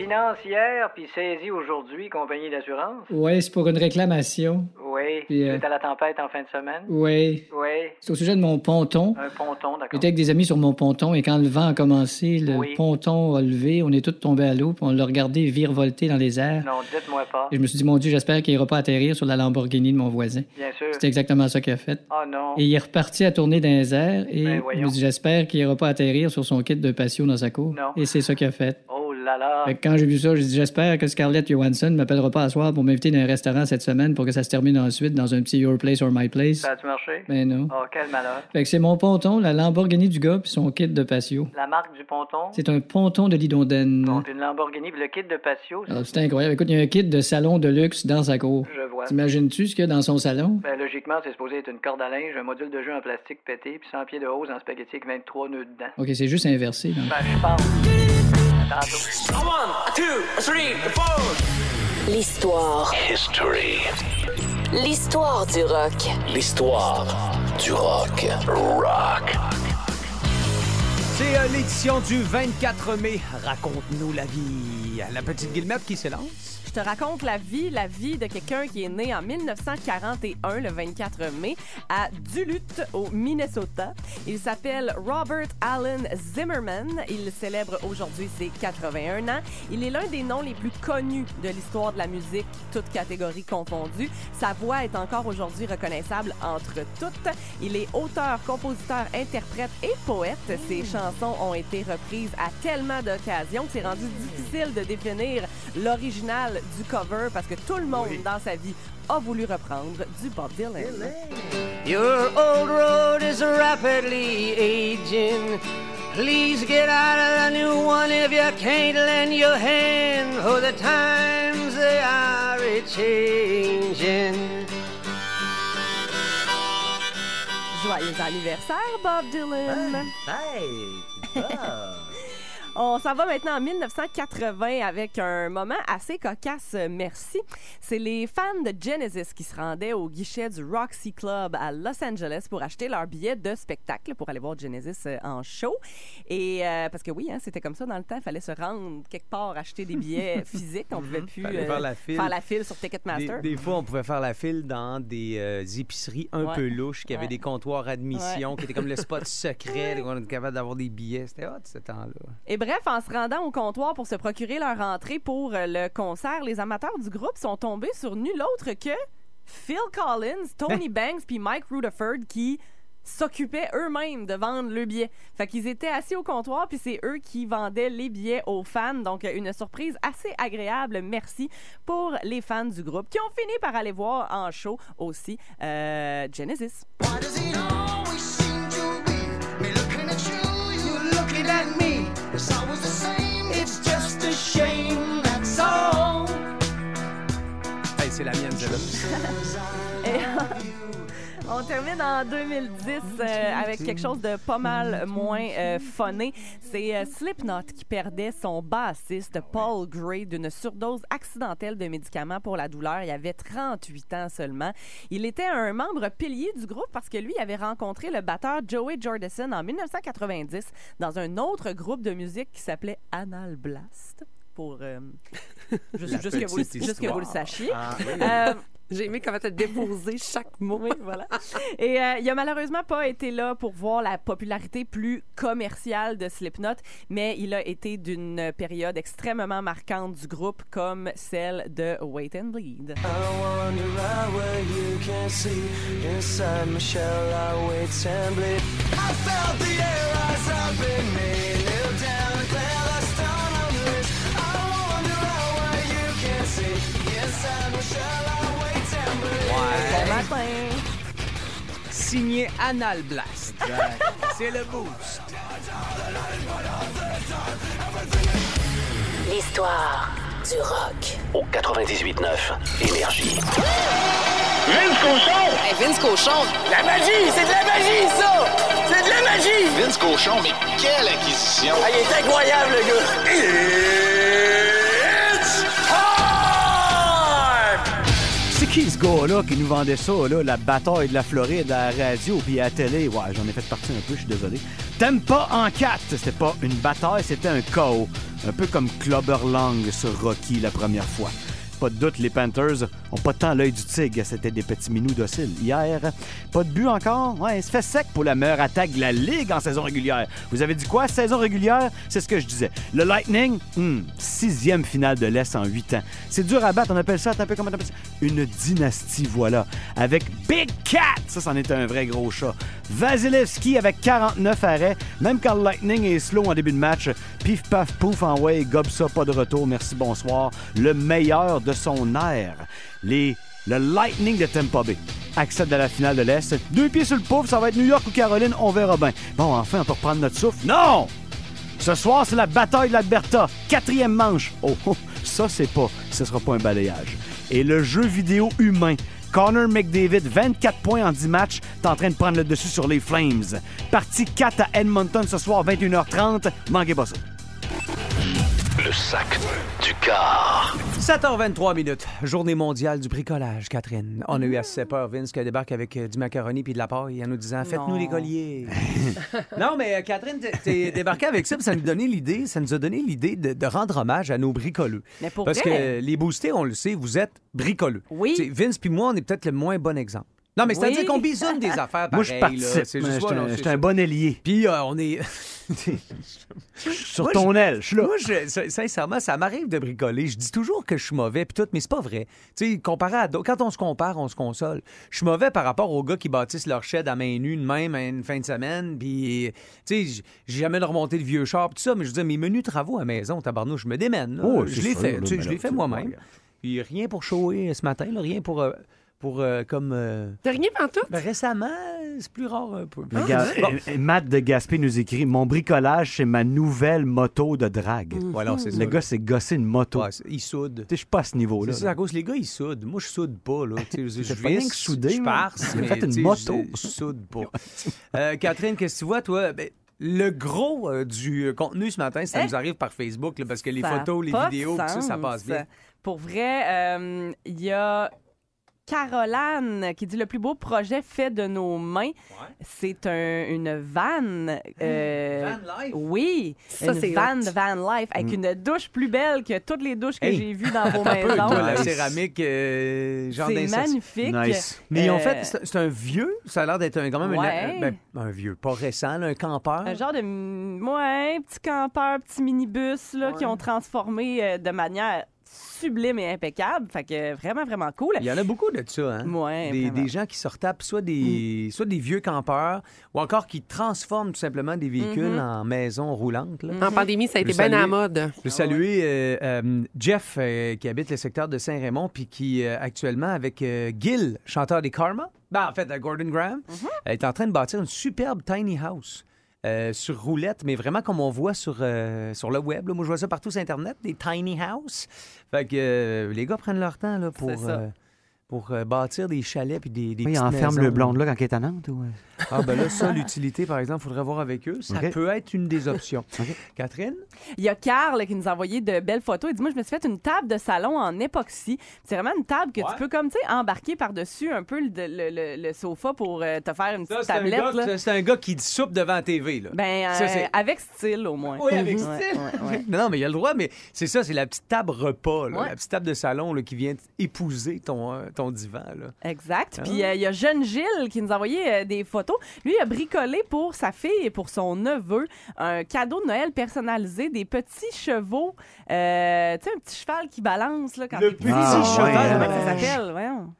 Financière, puis saisie aujourd'hui, compagnie d'assurance.
Oui, c'est pour une réclamation.
Oui.
Puis, euh,
C'est à la tempête en fin de semaine.
Oui.
Oui.
C'est au sujet de mon ponton.
Un ponton, d'accord.
J'étais avec des amis sur mon ponton et quand le vent a commencé, le
Oui.
ponton a levé, on est tous tombés à l'eau, puis on l'a regardé virevolter dans les airs.
Non, dites-moi pas.
Et je me suis dit, mon Dieu, j'espère qu'il ira pas atterrir sur la Lamborghini de mon voisin.
Bien sûr.
C'est exactement ça qu'il a fait.
Oh non.
Et il est reparti à tourner dans les airs et
Ben,
je
voyons.
me dis, j'espère qu'il ira pas atterrir sur son kit de patio dans sa cour.
Non.
Et c'est ça qu'il a fait.
Oh là là.
Fait que quand j'ai vu ça, j'ai dit j'espère que Scarlett Johansson m'appellera pas à soir pour m'inviter dans un restaurant cette semaine pour que ça se termine ensuite dans un petit Your Place or My Place.
Ça a-tu marché?
Ben non.
Oh, quel malheur.
Fait que c'est mon ponton, la Lamborghini du gars puis son kit de patio.
La marque du ponton.
C'est un ponton de Lidonden.
Donc, une Lamborghini, puis le kit de patio.
Alors, c'est incroyable. Écoute, il y a un kit de salon de luxe dans sa cour.
Je vois.
T'imagines-tu ce qu'il y a dans son salon?
Ben, logiquement, c'est supposé être une corde à linge, un module de jeu en plastique pété, puis 100 pieds de hausse en spaghetti avec 23 nœuds dedans.
OK, c'est juste inversé. là.
Ben, je pense. À tantôt.
L'histoire.
History.
L'histoire du rock.
L'histoire du rock. Rock.
C'est euh, l'édition du 24 mai. Raconte-nous la vie. La petite guillemette qui s'élance.
Je te raconte la vie, la vie de quelqu'un qui est né en 1941, le 24 mai, à Duluth, au Minnesota. Il s'appelle Robert Allen Zimmerman. Il célèbre aujourd'hui ses 81 ans. Il est l'un des noms les plus connus de l'histoire de la musique, toutes catégories confondues. Sa voix est encore aujourd'hui reconnaissable entre toutes. Il est auteur, compositeur, interprète et poète. Ses chansons ont été reprises à tellement d'occasions que c'est rendu difficile de définir l'original du cover parce que tout le monde dans sa vie a voulu reprendre du Bob Dylan.
Your old road is rapidly aging. Please get out of the new one if you can't lend your hand. For the times they are a changing.
Joyeux anniversaire, Bob Dylan! On s'en va maintenant en 1980 avec un moment assez cocasse, euh, merci. C'est les fans de Genesis qui se rendaient au guichet du Roxy Club à Los Angeles pour acheter leur billet de spectacle pour aller voir Genesis euh, en show. Et euh, parce que oui, hein, c'était comme ça dans le temps, il fallait se rendre quelque part acheter des billets physiques, on pouvait plus
Mhm.
euh,
Fallait faire la file.
faire la file sur
Des,
Ticketmaster.
des fois, on pouvait faire la file dans des euh, épiceries un
Ouais.
peu louches qui avaient
Ouais.
des comptoirs admission, qui étaient comme le spot secret. donc On était capable d'avoir des billets. C'était hot, ce temps-là.
Et bref, en se rendant au comptoir pour se procurer leur entrée pour euh, le concert, les amateurs du groupe sont tombés sur nul autre que Phil Collins, Tony Banks puis Mike Rutherford qui s'occupaient eux-mêmes de vendre le billet. Fait qu'ils étaient assis au comptoir puis c'est eux qui vendaient les billets aux fans. Donc euh, une surprise assez agréable, merci pour les fans du groupe qui ont fini par aller voir en show aussi euh, Genesis.
Hey, c'est la mienne, celle-là.
Et on termine en 2010 euh, avec quelque chose de pas mal moins euh, phoné. C'est euh, Slipknot qui perdait son bassiste Paul Gray d'une surdose accidentelle de médicaments pour la douleur. Il avait 38 ans seulement. Il était un membre pilier du groupe parce que lui avait rencontré le batteur Joey Jordison en 1990 dans un autre groupe de musique qui s'appelait Anal Blast. Pour euh, juste, juste que vous, le-
petite
juste que vous le
histoire.
sachiez.
Ah, oui.
Euh,
J'ai aimé comment t'as déposé chaque mot.
voilà. Et euh, il a malheureusement pas été là pour voir la popularité plus commerciale de Slipknot, mais il a été d'une période extrêmement marquante du groupe, comme celle de Wait and Bleed.
Bon matin. Signé Anal Blast. C'est le boost.
L'histoire du rock.
Au 98.9 Énergie.
Vince Cochon! Vince Cochon! La magie! C'est de la magie, ça! C'est de la magie!
Vince Cochon, mais quelle acquisition!
Ah, il est incroyable, le gars! It's
C'est qui ce gars-là qui nous vendait ça, là, la bataille de la Floride à la radio puis à la télé? Ouais, j'en ai fait partie un peu, je suis désolé. T'aimes pas en 4! C'était pas une bataille, c'était un chaos. Un peu comme Clubberlang sur Rocky la première fois. Pas de doute, les Panthers ont pas tant l'œil du tigre, c'était des petits minous dociles hier. Pas de but encore? Ouais, il se fait sec pour la meilleure attaque de la Ligue en saison régulière. Vous avez dit quoi? Saison régulière? C'est ce que je disais. Le Lightning, hmm, sixième finale de l'Est en huit ans. C'est dur à battre, on appelle ça, attends un peu comment on appelle ça? Une dynastie, voilà. Avec Big Cat! Ça, c'en est un vrai gros chat. Vasilevski avec 49 arrêts. Même quand le Lightning est slow en début de match, pif paf pouf, en way, gobe ça, pas de retour, merci, bonsoir. Le meilleur de son air. Les, le Lightning de Tampa Bay accède à la finale de l'Est. Deux pieds sur le pauvre, ça va être New York ou Caroline, on verra bien. Bon, enfin, on peut reprendre notre souffle. Non! Ce soir, c'est la bataille de l'Alberta. Quatrième manche. Oh, oh, ça, c'est pas. Ce sera pas un balayage. Et le jeu vidéo humain. Connor McDavid, 24 points en 10 matchs, est en train de prendre le dessus sur les Flames. Partie 4 à Edmonton ce soir, 21h30. Manquez pas ça.
Le sac du car.
7h23 minutes. Journée mondiale du bricolage, Catherine. On a eu à 7 h Vince qui débarque avec euh, du macaroni puis de la paille en nous disant Ah, Faites-nous
Non.
des colliers. non, mais euh, Catherine, t'es- t'es débarquée avec ça, puis ça nous donnait l'idée, ça nous a donné l'idée de, de rendre hommage à nos bricoleux.
Mais pour
Parce
vrai.
que les boostés, on le sait, vous êtes bricoleux.
Oui.
Tu sais, Vince puis moi, on est peut-être le moins bon exemple. Non, mais c'est-à-dire
Oui.
qu'on bisonne des affaires pareilles.
Moi, je
là. C'est
participe.
juste
Moi,
voilà,
J'étais
c'est
j'étais un bon ailier.
Puis euh, on est.
Sur
Moi,
ton
je-
aile, je suis là.
Moi, je- sin- sincèrement, ça m'arrive de bricoler. Je dis toujours que je suis mauvais, puis tout, mais c'est pas vrai. Tu sais, comparé à d'autres, quand on se compare, on se console. Je suis mauvais par rapport aux gars qui bâtissent leur shed à main nue de même à une fin de semaine, puis, tu sais, j- j'ai jamais de remonté le vieux char, puis tout ça, mais je veux dire, mes menus travaux à maison, tabarnouche, je me démène. là.
Oh,
je
c'est
l'ai
sûr,
fait,
là,
tu sais,
mais
je
là,
l'ai fait
c'est
moi-même.
pas grave.
Puis rien pour shower ce matin, là, rien pour. euh, pour euh, comme. euh,
T'as rien pantoute?
ben, récemment, c'est plus rare un peu.
Mais Ga-
Bon.
euh, Matt de Gaspé nous écrit Mon bricolage, c'est ma nouvelle moto de drague.
Ouais, non, c'est
Le
ça.
gars s'est gossé une moto.
Ouais, c'est- il soude.
Tu sais, Je suis pas à ce niveau-là.
C'est ça, à cause les gars, ils soudent. Moi, je soude pas, là. Tu sais, je
T'as pas rien que
visse,
soudé,
je
là.
parse,
T'as
mais
fait une
tu sais,
moto.
Je, je soude pas. Euh, Catherine, qu'est-ce que tu vois, toi? Ben, le gros euh, du euh, contenu ce matin, ça
Hein?
nous arrive par Facebook, là, parce que les
Ça a
photos, les
pas de
vidéos, tout ça, ça
sens.
passe bien.
Pour vrai, euh, il y a Caroline qui dit le plus beau projet fait de nos mains, c'est un- une vanne.
Hein?
euh,
Van life.
Oui,
Ça,
une
c'est
van
hot.
de van life avec une douche plus belle que toutes les douches que
Mm. Hey,
j'ai vues dans vos
Un peu, toi,
maisons.
la
Nice.
céramique, euh, genre
C'est
d'incendie.
magnifique.
Nice.
Mais ils ont
Euh,
fait, c'est c'est un vieux, ça a l'air d'être un- quand même un-
Ouais.
un, ben, un vieux, pas récent, là, un campeur.
Un genre de mm, ouais, petit campeur, petit minibus là, qui ont transformé euh, de manière sublime et impeccable. Fait que vraiment, vraiment cool.
Il y en a beaucoup de ça, hein?
Ouais,
des,
vraiment. Mm.
des gens qui se retapent soit des, soit des vieux campeurs ou encore qui transforment tout simplement des véhicules
Mm-hmm.
en maisons roulantes. là.
En pandémie, ça a été
Le
bien à la
saluer.
mode.
Ah
Je veux saluer euh, euh, Jeff, euh, qui habite le secteur de Saint-Raymond, puis qui, euh, actuellement, avec euh, Gil, chanteur des Karma, ben, en fait, euh, Gordon Graham,
Mhm.
euh, est en train de bâtir une superbe tiny house. euh, sur roulette, mais vraiment comme on voit sur, euh, sur le web. là. Moi, je vois ça partout sur Internet, des tiny house. Fait que euh, les gars prennent leur temps là, pour,
C'est ça.
euh, pour euh, bâtir des chalets puis des, des
Oui, il
petites
enferme
maisons,
le
là.
blonde là quand il est à Nantes ou... euh?
Ah ben là, ça, l'utilité, par exemple, faudrait voir avec eux. Ça
Ok.
peut être une des options.
Ok.
Catherine?
Il y a Carl qui nous a envoyé de belles photos. Il dit Moi, je me suis fait une table de salon en époxy. C'est vraiment une table que
Ouais.
tu peux, comme, tu sais, embarquer par-dessus un peu le, le- le- le sofa pour euh, te faire une petite
c'est un,
tablette.
gars,
là.
qui- c'est un gars qui soupe devant la TV. Là.
Ben,
Ça,
euh,
c'est-
avec style, au moins.
Oui,
Mhm.
avec style.
Ouais, ouais, ouais.
Non, non, mais il a le droit, mais c'est ça, c'est la petite table repas, là,
Ouais.
la petite table de salon là, qui vient épouser ton, euh, ton divan. Là.
Exact.
Ah.
Puis euh, il y a jeune Gilles qui nous a envoyé euh, des photos. Lui, il a bricolé pour sa fille et pour son neveu un cadeau de Noël personnalisé, des petits chevaux. Euh, tu sais, un petit cheval qui balance là, quand
Le
t'es
petit
Ah,
cheval.
Comment ça
Ouais. hein.
s'appelle? Voyons.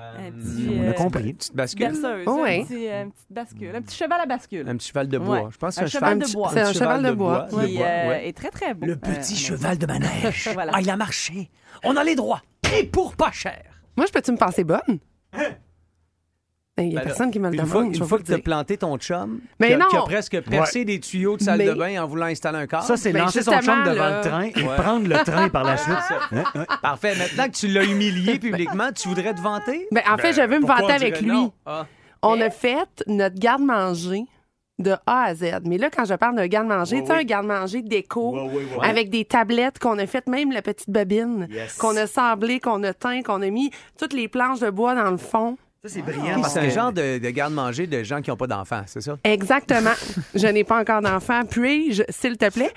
un petit,
on a
euh,
compris. Une petite bascule.
berceuse,
Oh, ouais.
un petit, euh, une petite bascule, un petit cheval à bascule.
Un petit cheval de bois.
Euh, Ouais.
Je pense que
un, cheval de bois.
un petit de
Qui
bois,
euh,
ouais.
est très, très beau. Euh,
Le petit cheval de manège. Ah, il a marché. On a les droits. Et pour pas cher.
Moi, je peux-tu me passer bonne? Il n'y a
Ben là,
personne qui me le
une
demande.
fois-
je
Une
vais
fois
vous
que tu as
dire.
planté ton chum,
Mais
qui a, qui a
non.
presque percé
Ouais.
des tuyaux de salle
Mais-
de bain en voulant installer un cadre.
Ça, c'est lancer son chum devant le train et prendre le train par la suite. Hein, hein.
Parfait. Maintenant que tu l'as humilié publiquement, tu voudrais te vanter?
Ben, en fait, je veux me
pourquoi
vanter
on
avec
dirait
lui.
non? Ah.
On a fait notre garde-manger de A à Z. Mais là, quand je parle d'un garde-manger,
Ouais,
tu sais,
oui.
un garde-manger déco
ouais.
avec des tablettes qu'on a faites, même la petite bobine
Yes.
qu'on a sablée, qu'on a teint, qu'on a mis toutes les planches de bois dans le fond.
Ça, c'est
Oui,
brillant.
c'est un genre de, de garde-manger de gens qui n'ont pas d'enfants, c'est ça?
Eh. Exactement. je n'ai pas encore d'enfant. Puis-je, s'il te plaît?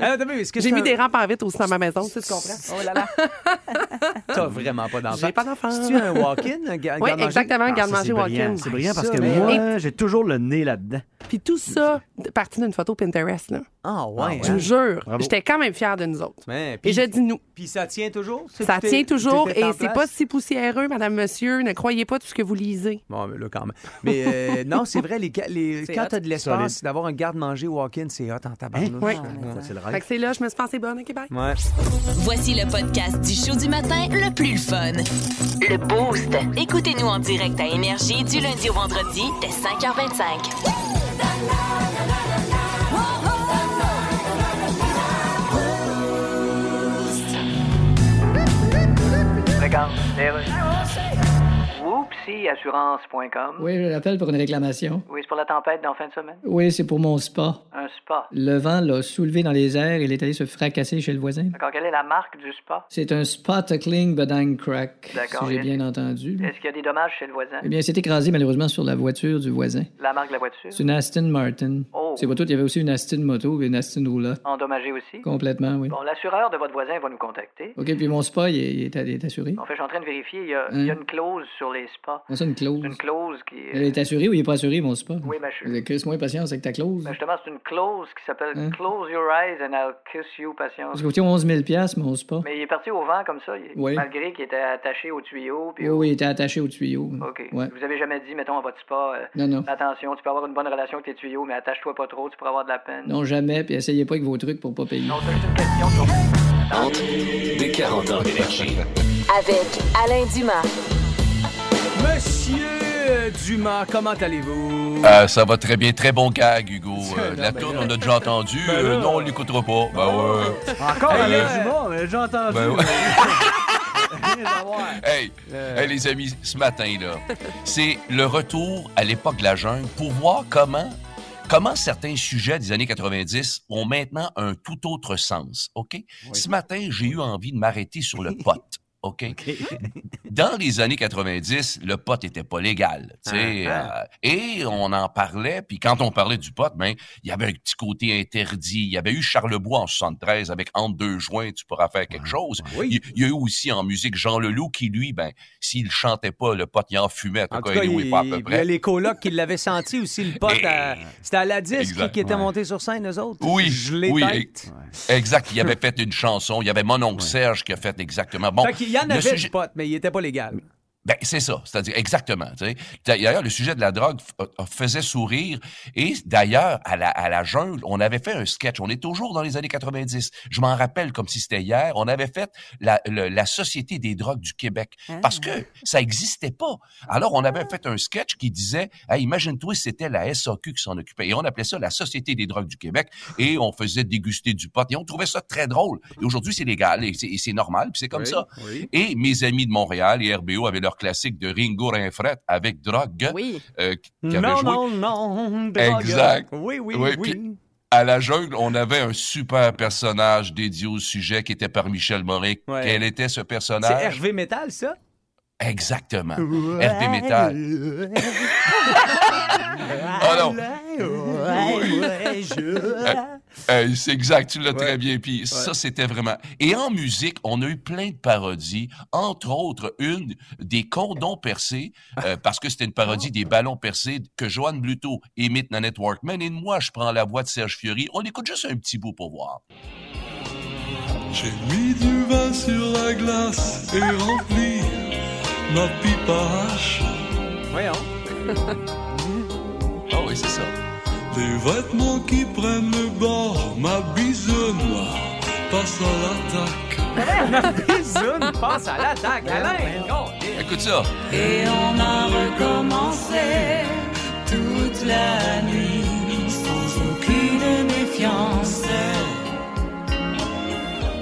Ah, attends, mais est-ce que
J'ai
c'est
mis
un-
des rampes en vitre aussi dans ma maison, tu te comprends?
Oh là là.
T'as vraiment pas d'enfant.
J'ai pas d'enfant.
C'est-tu un walk-in? Un ga-
Oui,
garde-manger?
exactement, un
Ah, ça,
garde-manger
c'est brillant.
walk-in.
C'est brillant parce
Ça,
que
mais-
moi, j'ai toujours le nez là-dedans.
Puis tout ça, parti d'une photo Pinterest, là.
Ah,
Je
ouais.
vous jure,
Bravo.
j'étais quand même fière de nous autres.
Mais,
Et je dis nous.
Puis ça tient toujours? c'est
Ça
tout est-
tient
tout
toujours
est
et
en
c'est
place?
pas si poussiéreux, madame, monsieur. Ne croyez pas tout ce que vous lisez.
Bon, mais là, quand même. Mais euh, non, c'est vrai, les, ga- les,
C'est
quand
hot.
t'as de l'espace, d'avoir un garde-manger walk-in, c'est hot en
Hein?
tabarnak.
Oui.
C'est le
Fait que c'est là, je me suis pensée bonne, OK, bye.
Ouais.
Voici le podcast du show du matin le plus le fun. Le Boost. Écoutez-nous en direct à Énergie du lundi au vendredi dès 5h25.
Regarde,
euh,
Whoopsieassurance.com.
Oui, je l'appelle pour une réclamation.
Oui, c'est pour la tempête d'en fin de semaine.
Oui, c'est pour mon spa.
Un spa.
Le vent l'a soulevé dans les airs et il est allé se fracasser chez le voisin.
D'accord, quelle est la marque du spa?
C'est un spa tackling bedang crack,
D'accord.
si j'ai
Est-ce-
bien entendu.
Est-ce qu'il y a des dommages chez le voisin?
Eh bien, il s'est écrasé malheureusement sur la voiture du voisin.
La marque de la voiture?
C'est une Aston Martin.
Oh.
C'est pas tout, il y avait aussi une Aston moto et une Aston roulotte.
Endommagée aussi?
Complètement, oui.
Bon, l'assureur de votre voisin va nous contacter.
OK, puis mon spa, il est, il est- il est assuré. Hein?
En fait, je suis en train de vérifier. Il y a, il y a une clause sur les spas.
On a une clause.
Une clause qui.
Il est assuré ou il est pas assuré, mon spa?
Oui, mais je
Le Chris, moins patience avec ta clause.
mais justement, c'est une clause qui s'appelle
Hein?
Close your eyes and I'll kiss you, patience.
Parce qu'il coûtait 11 000 mon spa.
Mais il est parti au vent comme ça, il-
Oui.
malgré qu'il était attaché au tuyau. Puis
Oui,
au-
oui, il était attaché au tuyau.
OK.
Ouais.
Vous avez jamais dit, mettons, à votre spa, euh,
Non, non.
attention, tu peux avoir une bonne relation avec tes tuyaux, mais attache-toi pas trop, tu pourras avoir de la peine.
Non, jamais, puis essayez pas avec vos trucs pour pas payer.
Entre des 40 ans d'énergie.
Avec Alain Dumas.
Monsieur Dumas, comment allez-vous?
Euh, ça va très bien. Très bon gag, Hugo. Euh,
Non,
la
mais
tourne,
là-
on a déjà entendu.
Ben
Euh,
là-
non, on l'écoutera pas. Ben ouais.
Encore
Hey,
Alain
euh,
Dumas, mais j'ai entendu.
Ben ouais. Hey,
Euh.
hey, les amis, ce matin, là, c'est le retour à l'époque de la jungle pour voir comment, comment certains sujets des années 90 ont maintenant un tout autre sens, OK? Ce matin, j'ai eu envie de m'arrêter sur le pote, OK? Dans les années 90, le pote était pas légal, tu sais,
Ah,
euh, et on en parlait, puis quand on parlait du pote, ben, il y avait un petit côté interdit. Il y avait eu Charlebois en 73 avec « Entre deux joints, tu pourras faire
Ah,
quelque chose ».
ben
Il, il y a eu aussi en musique Jean Leloup qui, lui, ben, s'il chantait pas, le pote, il en fumait. En,
En
tout
tout
cas,
cas, il,
anyway, pas à peu
il y a
près.
les colocs qui l'avaient senti aussi, le pote. à- C'était à la disque
Exact.
qui, qui était
Ouais.
monté sur scène, eux autres.
Oui,
Je l'ai
oui,
tête.
e- exact. Il avait fait une chanson. Il y avait mon oncle Serge qui a fait exactement. Bon,
Fait qu'il y en
le
avait
sujet-
du pote, mais il était pas légal.
Ben, c'est ça, c'est-à-dire exactement. tu sais. D'ailleurs, le sujet de la drogue f- euh, faisait sourire. Et d'ailleurs, à la, à la jungle, on avait fait un sketch. On est toujours dans les années 90. Je m'en rappelle comme si c'était hier. On avait fait la, le- la Société des drogues du Québec parce que
Ah.
ça n'existait pas. Alors, on avait fait un sketch qui disait Hey, Imagine-toi, c'était la SAQ qui s'en occupait. Et on appelait ça la Société des drogues du Québec. Et on faisait déguster du pot. Et on trouvait ça très drôle. Et aujourd'hui, c'est légal et c'est- et c'est normal. Puis c'est comme
Oui,
ça.
oui.
Et mes amis de Montréal et RBO avaient leur classique de Ringo Rinfret avec Drogue. euh, qui qui avait
Non,
joué.
non, non. drogue.
Exact.
Oui, oui,
Ouais,
oui.
puis À la jungle, on avait un super personnage dédié au sujet qui était par Michel Morin.
Ouais.
Quel était ce
C'est
personnage?
Hervé Metal, ça?
Exactement. RP Metal. Oh non. Euh, c'est exact, tu l'as très bien. Puis ça, c'était vraiment. Et en musique, on a eu plein de parodies, entre autres une des condons percés, euh, parce que c'était une parodie des ballons percés que Joanne Bluto imite Nanette Workman. Et moi, je prends la voix de Serge Fiori. On écoute juste un petit bout pour voir.
J'ai mis du vin sur la glace et rempli ma pipe à hache.
Voyons.
Ah oui, c'est ça.
Des vêtements qui prennent le bord, ma noire passe à l'attaque.
Bisoun passe à l'attaque. Alain,
Écoute ça.
Et on a recommencé toute la nuit sans aucune méfiance.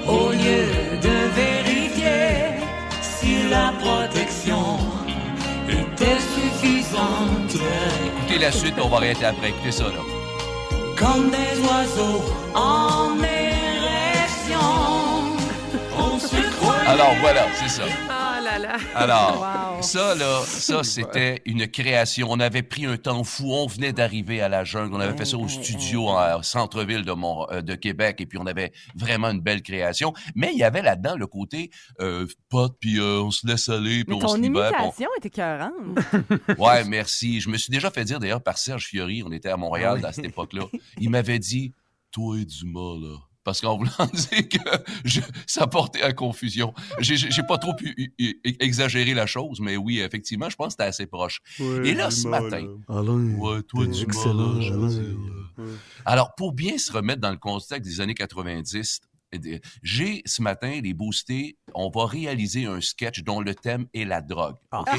Au lieu de vérifier si la protection était suffisante,
Écoutez la suite, on va arrêter après. Écoutez ça, là.
comme des oiseaux en érection, on se croyait.
Alors voilà, c'est ça.
Ah là là.
Alors, ça, là, ça, c'était une création. On avait pris un temps fou. On venait d'arriver à la jungle. On avait fait ça au studio en- au centre-ville de, Mont- euh, de Québec. Et puis, on avait vraiment une belle création. Mais il y avait là-dedans le côté euh, pote, puis euh, on se laisse aller, puis
Mais
on
ton
se libère. puis on-
imitation est écœurante.
Ouais, merci. Je me suis déjà fait dire d'ailleurs par Serge Fiori, on était à
Ah
Montréal à cette époque-là. Il m'avait dit Toi et Dumas, là. Parce qu'en voulant dire que je- ça portait à confusion. J'ai j'ai- j'ai pas trop pu u- u- e, exagérer la chose, mais oui, effectivement, je pense que c'était assez proche. et là, ce
Dumas,
matin.
là. Ouais, toi,
t'es
Dumas,
excellent,
là, je veux
Alain.
dire, là.
Alors, pour bien se remettre dans le contexte des années 90, et des- j'ai ce matin les boostés. On va réaliser un sketch dont le thème est la drogue. OK?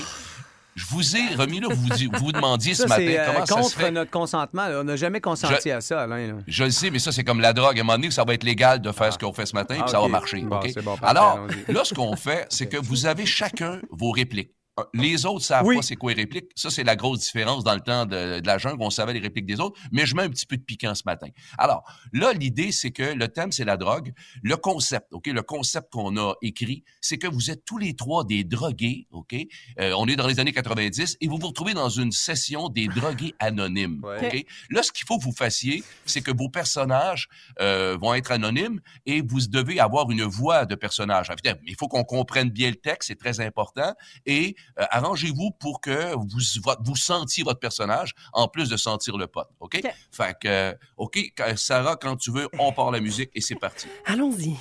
Je vous ai remis là, vous vous, vous vous demandiez ce
Ça,
matin
c'est, euh,
comment ça
contre
se fait.
notre consentement. là. On n'a jamais consenti à ça, Alain. là.
Je le sais, mais ça, c'est comme la drogue. À un moment donné, ça va être légal de faire ce qu'on fait ce matin,
Ah,
puis ça va
ok.
marcher.
Bon,
OK?
c'est bon, parfait,
Alors,
allons-y.
là, ce qu'on fait, c'est que vous avez chacun vos répliques. Euh, Les autres savent pas c'est quoi les répliques. Ça, c'est la grosse différence dans le temps de, de la jungle. On savait les répliques des autres, mais je mets un petit peu de piquant ce matin. Alors, là, l'idée, c'est que le thème, c'est la drogue. Le concept, OK, le concept qu'on a écrit, c'est que vous êtes tous les trois des drogués, OK? Euh, on est dans les années 90 et vous vous retrouvez dans une session des drogués anonymes,
Ouais.
OK? Là, ce qu'il faut que vous fassiez, c'est que vos personnages euh, vont être anonymes et vous devez avoir une voix de personnage. Évidemment, Il faut qu'on comprenne bien le texte, c'est très important. Et euh, arrangez-vous pour que vous, vo- vous sentiez votre personnage en plus de sentir le pote. OK? Fait que, euh, OK, quand- Sarah, quand tu veux, on part la musique et c'est parti.
Allons-y.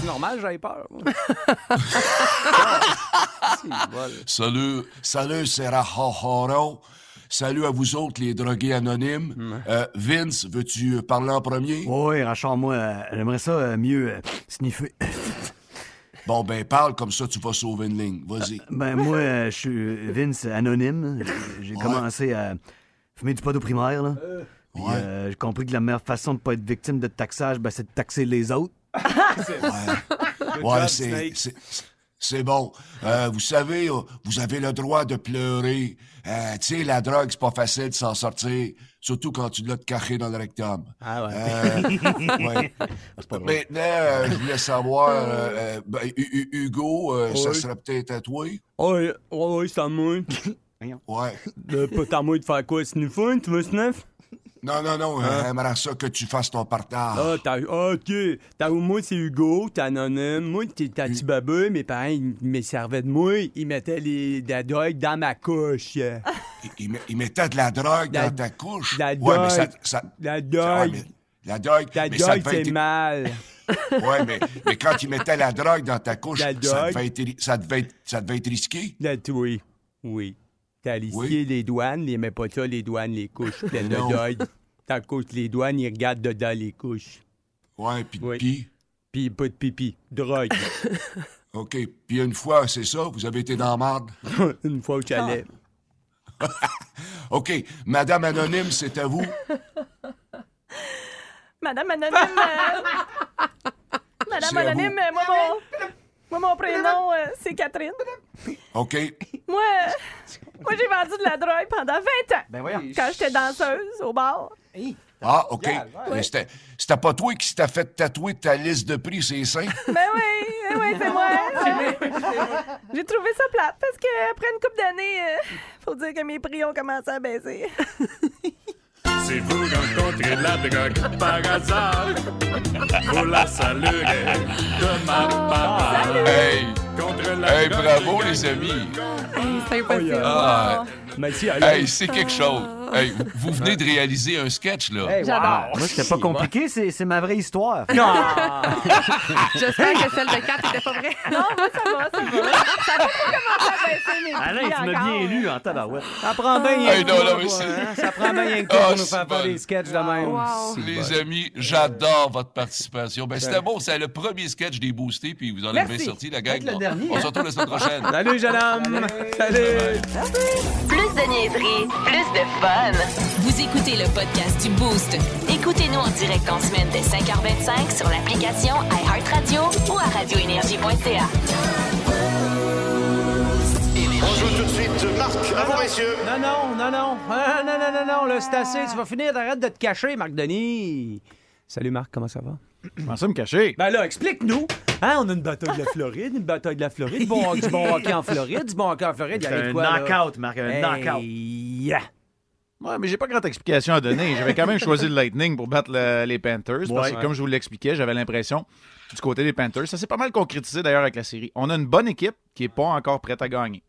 C'est normal, j'avais peur. moi.
Salut, salut, c'est Rahahoro. Salut à vous autres, les drogués anonymes. Euh, Vince, veux-tu euh, parler en premier?
Oui, Rachard, moi, euh, j'aimerais ça euh, mieux euh, sniffer.
Bon, ben, parle comme ça, tu vas sauver une ligne. Vas-y.
Ben, moi, euh, je suis Vince anonyme. J'ai commencé à fumer du pot au primaire, là. Puis, euh, j'ai compris que la meilleure façon de pas être victime de taxage, ben, c'est de taxer les autres.
euh.
Ouais, c'est- c'est. C'est bon. Euh, vous savez, euh, vous avez le droit de pleurer. Euh, tu sais, la drogue, c'est pas facile de s'en sortir, surtout quand tu l'as de caché dans le rectum. Euh,
Ah ouais.
ouais. Maintenant, euh, je voulais savoir, euh, euh, ben, Hu- Hu- Hugo, euh, ça
Oui.
serait peut-être à toi? Euh,
Oui, oui, oui, c'est à moi.
Ouais.
De pas à moi de faire quoi, sniffer, tu veux sniff?
Non, non, non, euh,
Hein?
j'aimerais ça que tu fasses ton partage.
Ah, t'as, ah, ok. T'as, moi, c'est Hugo, t'es anonyme. Moi, t'es ta petit baba, mes parents, ils me servaient de moi, ils mettaient les, de la drogue dans ma couche. De
Il, il met- il mettait de la drogue
La-
dans ta couche.
la
Ouais, mais ça-
drogue.
ça-
La
ça- ouais,
drogue.
mais- la drogue.
La
mais ça
drogue,
devait
c'est
être-
mal.
Ouais, mais, mais quand il mettait la drogue dans ta couche, ça
La drogue.
devait, être, ri- ça, devait être, ça devait être risqué.
La, oui, oui. T'as listé
Oui.
les douanes, ils aimaient pas ça, les douanes, les couches pleines de
Non.
drogue. T'as couche les douanes, ils regardent dedans les couches.
Ouais, puis de pipi.
Puis pas de pipi, drogue.
OK. Puis une fois, c'est ça, vous avez été dans la marde.
Une fois au chalet.
OK. Madame Anonyme, c'est à vous.
Madame Anonyme. euh,
C'est
Madame
à
Anonyme, euh, moi mon, moi, mon prénom, euh, c'est Catherine.
OK.
Moi, euh, moi j'ai vendu de la drogue pendant 20 ans.
Ben voyons.
Quand j'étais danseuse au bar.
Ah, OK. Mais C'était c'était pas toi qui t'as fait tatouer ta liste de prix, c'est ça?
Ben oui, eh oui, c'est moi. J'ai- J'ai trouvé ça plate parce que après une couple d'années, euh, faut dire que mes prix ont commencé à baisser.
Si vous rencontrez la drogue par hasard, vous la saluerez de ma part.
Ah, Hey!
Contre la
Hey,
drogue,
bravo, les amis!
Oh,
C'est impressionnant.
Ah,
allez.
hey, c'est quelque chose. Hey, vous venez de réaliser un sketch, là.
Hey, wow. Moi, c'était pas compliqué, c'est c'est ma vraie histoire.
Ah,
J'espère que celle de 4 n'était pas vraie.
Non, moi, ça va, ça va. Ça va pas commencer à baisser
Ah,
mes prix
Alain, tu m'as
encore.
bien élu en tabarouette.
Ça prend bien rien
Hey,
que
non,
toi,
non, mais
quoi,
c'est-
hein? Ça prend bien rien que
Ah,
toi pour nous
c'est
faire faire
bon.
des sketchs de même. C'est
Les
bon.
amis, j'adore votre participation. Ben, c'était bon, c'est le premier sketch des boostés, puis vous en avez bien sorti, la gang.
Peut-être le
On-
dernier,
On
hein.
se retrouve la semaine prochaine.
Salut, jeune homme. Salut.
Plus de niaiserie, plus de fun. Vous écoutez le podcast du Boost. Écoutez-nous en direct en semaine dès 5h25 sur l'application iHeartRadio ou à radioénergie.ca.
On joue tout de suite. Marc, à vous, messieurs. Non, non, non, non. Ah, non, non, non, non. Là, c'est assez. Tu vas finir. Arrête de te cacher, Marc Denis. Salut, Marc. Comment ça va?
Comment ça me cacher?
Ben là, explique-nous. Hein, on a une bataille de la Floride, une bataille de la Floride, bon, du bon hockey en Floride, du bon hockey en Floride.
C'est
il y a
un
de quoi, là?
knockout, Marc, un
Hey,
knockout.
yeah.
Ouais, mais j'ai pas grande explication à donner. J'avais quand même choisi le Lightning pour battre le- les Panthers. Parce que,
Ouais.
comme je vous l'expliquais, j'avais l'impression du côté des Panthers. Ça s'est pas mal concrétisé d'ailleurs avec la série. On a une bonne équipe qui est pas encore prête à gagner.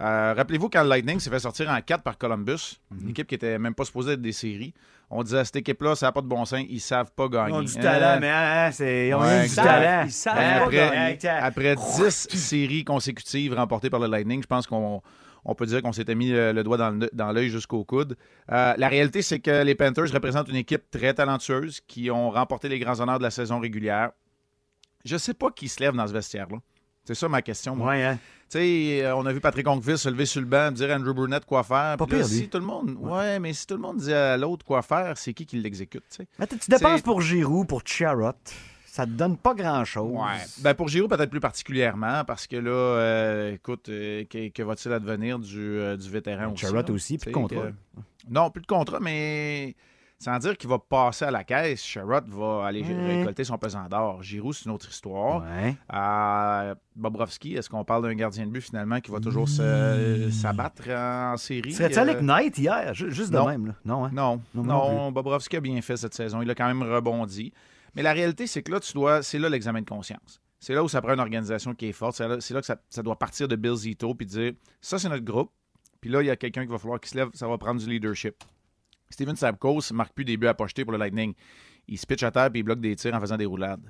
Euh, Rappelez-vous quand le Lightning s'est fait sortir en 4 par Columbus,
Mhm.
une équipe qui était même pas supposée être des séries. On disait à cette équipe-là, ça n'a pas de bon sens, ils savent pas gagner.
Ils ont du
Euh,
talent, mais hein, hein, c'est- ils ont
Ouais,
eu du
exact.
talent.
Ils savent
Hein,
pas
après,
gagner. après, 10 séries consécutives remportées par le Lightning, je pense qu'on on peut dire qu'on s'était mis le, le doigt dans le- dans l'œil jusqu'au coude. Euh, la réalité, c'est que les Panthers représentent une équipe très talentueuse qui ont remporté les grands honneurs de la saison régulière. Je sais pas qui se lève dans ce vestiaire-là. C'est ça ma question. moi.
Ouais, hein.
Tu sais, euh, on a vu Patrick Ongevis se lever sur le banc, dire à Andrew Burnett quoi faire.
Pas
Puis là,
pire,
si
lui.
tout le monde, ouais. mais si tout le monde dit à l'autre quoi faire, c'est qui qui l'exécute, tu sais?
Tu dépenses pour Giroud, pour Charrot. Ça te donne pas grand-chose.
Ouais. Ben pour Giroud, peut-être plus particulièrement, parce que là, euh, écoute, euh, que, que va-t-il advenir du, euh, du vétéran aussi?
Chirot
là?
Ben, aussi, plus de
Tu sais
contrat.
que- Non, plus de contrat, mais sans dire qu'il va passer à la caisse, Sherrod va aller
Ouais.
récolter son pesant d'or. Giroud, c'est une autre histoire. Euh, Bobrovski, est-ce qu'on parle d'un gardien de but finalement qui va toujours se- s'abattre en série?
Hmm. Serais-tu
Euh,
allé avec Knight hier? Ju- Juste de
non.
même, là. Non, hein?
non, non,
moi non
Bobrovski a bien fait cette saison. Il a quand même rebondi. Mais la réalité, c'est que là, tu dois, c'est là l'examen de conscience. C'est là où ça prend une organisation qui est forte. C'est là, c'est là que ça, ça doit partir de Bill Zito puis dire ça, c'est notre groupe. Puis là, il y a quelqu'un qui va falloir qu'il se lève. Ça va prendre du leadership. Steven Stamkos marque plus des buts à pocheter pour le Lightning. Il se pitch à terre puis il bloque des tirs en faisant des roulades.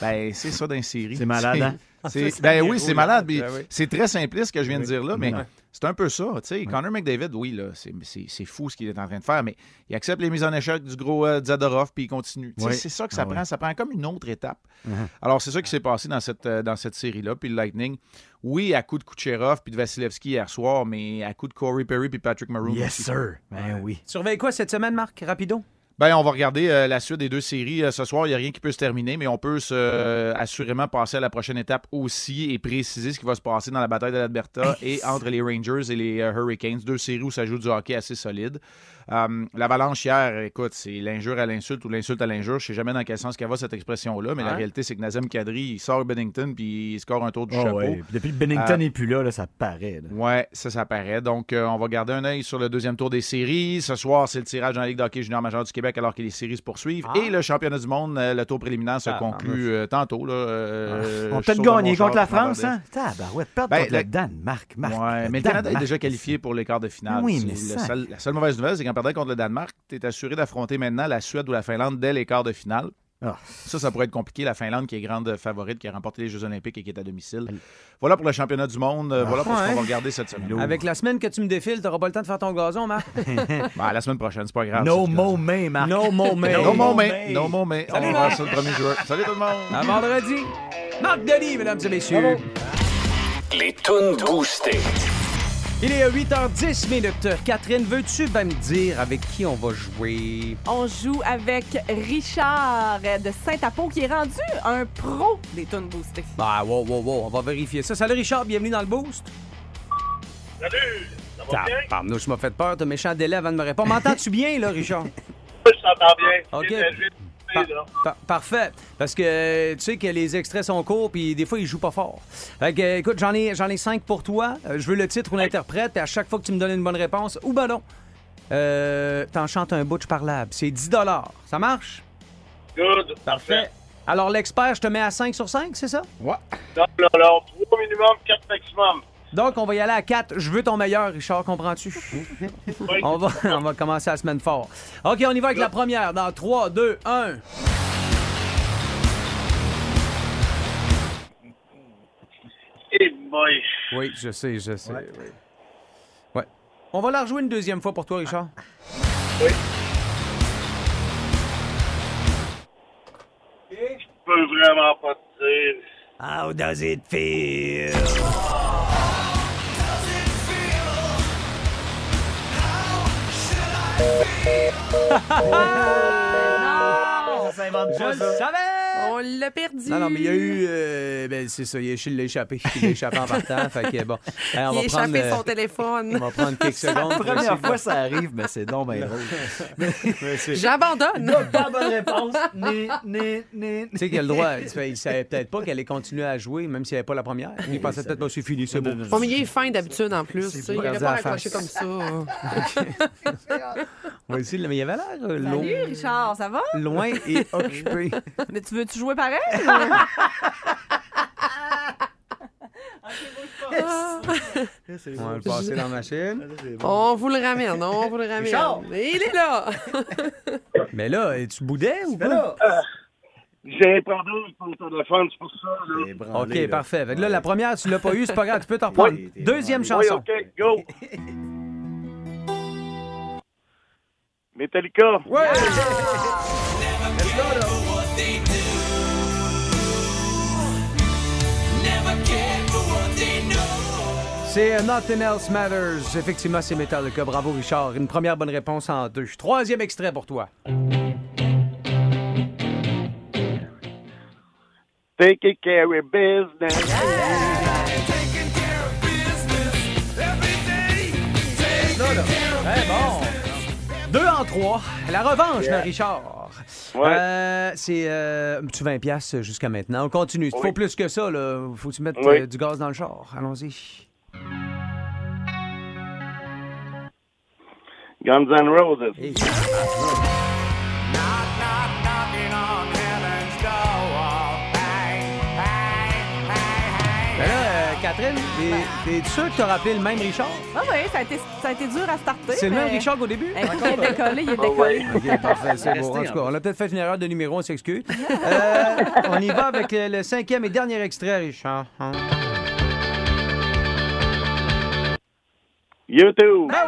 Ben, c'est ça dans les séries.
Hmm. C'est malade, hein?
C'est-
Ça, c'est
ben
des
oui, c'est
roulades,
malade. puis
ben oui.
C'est très simpliste ce que je viens de dire là, mais
Ouais.
c'est un peu ça. tu sais. Connor McDavid, oui, là, c'est, c'est- c'est fou ce qu'il est en train de faire, mais il accepte les mises en échec du gros euh, Zadorov puis il continue. Tu sais,
Ouais.
C'est ça que ça
Ah
prend.
ouais.
Ça prend comme une autre étape.
Mhm.
Alors, c'est ça qui s'est passé dans cette, euh, dans cette série-là. Puis le Lightning, oui, à coup de Kucherov puis de Vasilevski hier soir, mais à coup de Corey Perry puis Patrick Maroon.
Yes,
aussi.
sir. Ben oui.
Tu surveilles quoi cette semaine, Marc? Rapido?
Ben, on va regarder euh, la suite des deux séries euh, ce soir. Il n'y a rien qui peut se terminer, mais on peut se, euh, assurément passer à la prochaine étape aussi et préciser ce qui va se passer dans la bataille de l'Alberta et entre les Rangers et les euh, Hurricanes. Deux séries où ça joue du hockey assez solide. Euh, L'avalanche hier, écoute, c'est l'injure à l'insulte ou l'insulte à l'injure. Je sais jamais dans quel sens qu'elle va cette expression-là, mais la
Hein?
réalité, c'est que Nazem Kadri, il sort Bennington puis il score un tour du
Ah
chapeau.
ouais. Puis Depuis que Bennington
Euh,
n'est plus là, là, ça paraît. là.
Ouais, ça, ça paraît. Donc, euh, on va garder un œil sur le deuxième tour des séries. Ce soir, c'est le tirage dans la Ligue d'hockey junior major du Québec alors que les séries se poursuivent. Et le championnat du monde, euh, le tour préliminaire se
Ah,
conclut euh, tantôt. Là, euh, je
On peut
suis
Ah. peut-être
sûr de mon
gagner
char,
contre la
je m'en
France,
vais.
hein? Tabarouette, perdre
Ben,
contre
le-
le Danemark, Marc.
Ouais, mais le Canada est déjà qualifié pour les quarts de finale.
Oui,
C'est
mais
le
sacre.
seul- la seule mauvaise nouvelle, c'est qu'en perdant contre le Danemark, tu es assuré d'affronter maintenant la Suède ou la Finlande dès les quarts de finale.
Ah.
Ça, ça pourrait être compliqué. La Finlande, qui est grande favorite, qui a remporté les Jeux Olympiques et qui est à domicile. Voilà pour le championnat du monde. Euh, Voilà pour ce qu'on
Ah, Ouais.
va regarder cette semaine.
Avec la semaine que tu me défiles, t'auras pas le temps de faire ton gazon, Marc.
Bah, la semaine prochaine, c'est pas grave.
No more May, Marc.
No more May.
No more May. No more May.
Salut,
On va
Marc.
sur le premier joueur. Salut tout le monde.
À vendredi. Marc Denis, mesdames et messieurs.
Les tunes boostées.
Il est à 8h10 minutes. Catherine, veux-tu ben me dire avec qui on va jouer?
On joue avec Richard de Saint-Apo qui est rendu un pro des tunes boostées.
Bah, wow, wow, wow, on va vérifier ça. Salut Richard, bienvenue dans le boost.
Salut! Ça va bien?
Pardon, je m'as fait peur, t'as méchant délai avant de me répondre. M'entends-tu bien, là, Richard?
s'entend bien.
OK.
C'est, euh, j'ai-
Par- par- parfait. Parce que tu sais que les extraits sont courts, puis des fois, ils jouent pas fort. Fait que, euh, écoute, j'en ai, j'en ai cinq pour toi. Euh, je veux le titre ou l'interprète, et à chaque fois que tu me donnes une bonne réponse, ou ben non, euh, t'en chantes un butch parlable. C'est 10 Ça marche?
Good.
Parfait. Alors, l'expert, je te mets à 5 sur 5, c'est ça? Ouais.
Non, non, non. 3 minimum, 4 maximum.
Donc, on va y aller à 4. Je veux ton meilleur, Richard, comprends-tu? on, va, on va commencer la semaine fort. OK, on y va avec la première. Dans 3, 2, 1.
Et boy.
Oui, je sais, je sais. Ouais. Oui. Ouais. On va la rejouer une deuxième fois pour toi, Richard.
Ah.
Je peux vraiment pas te dire.
How does it feel?
non!
Ça
Je pas, le ça. savais!
Ah, On l'a perdu.
Non, non, mais il y a eu. euh, ben, c'est ça, il y a Chile l'échappé. Il l'a échappé en partant. fait que bon. Hey, on
il a
va prendre,
échappé
euh,
son téléphone.
on va prendre quelques secondes.
La
pour
première
essayer
fois,
de-
ça arrive, mais c'est non, mais drôle.
J'abandonne.
Pas bonne réponse. Né, né, né.
Tu sais qu'il a le droit. tu fais, Il savait peut-être pas qu'elle allait continuer à jouer, même s'il n'y avait pas la première. Il pensait peut-être pas, c'est fini, c'est bon.
Bon, mais il est fin d'habitude en plus. tu sais, Il
pas
n'aurait
perdu
pas
la
raccroché comme
face.
ça.
Ouais, si, mais il avait l'air euh,
Salut,
long-
Richard, ça va?
loin et occupé.
Mais tu veux-tu jouer pareil? Ah
Ah.
On va le passer dans la machine.
On vous le ramène, on vous le ramène.
Richard!
Il est là!
Mais là, tu boudais ou pas? Ah,
Euh, J'ai un problème avec mon téléphone, c'est pour ça. Là.
OK, parfait. Fait que là, la première, tu l'as pas eu, c'est pas grave, tu peux t'en reprendre. Deuxième chanson.
Oui, OK, go. Metallica.
Ouais. C'est euh, Nothing Else Matters. Effectivement, c'est Metallica. Bravo, Richard. Une première bonne réponse en deux. Troisième extrait pour toi.
Taking care of business.
Deux en trois. La revanche de Richard. Euh, c'est euh, un petit 20 pièces jusqu'à maintenant. On continue. Il faut plus que ça. Là. Faut que tu mettes
Oui.
euh, du gaz dans le char. Allons-y.
Guns N' Roses.
Ben là, euh, Catherine, t'es-
Ben.
t'es sûr que t'as rappelé le même Richard?
Ah oui, ça a été, ça a été dur à starter.
C'est le même
mais-
Richard qu'au début?
Écoute, Il est décollé, il est décollé.
OK, parfait, c'est
Resté,
beau. En tout
en
cas, on a peut-être fait une erreur de numéro, on s'excuse. Euh, on y va avec le, le cinquième et dernier extrait, Richard. hein?
YouTube.
Ah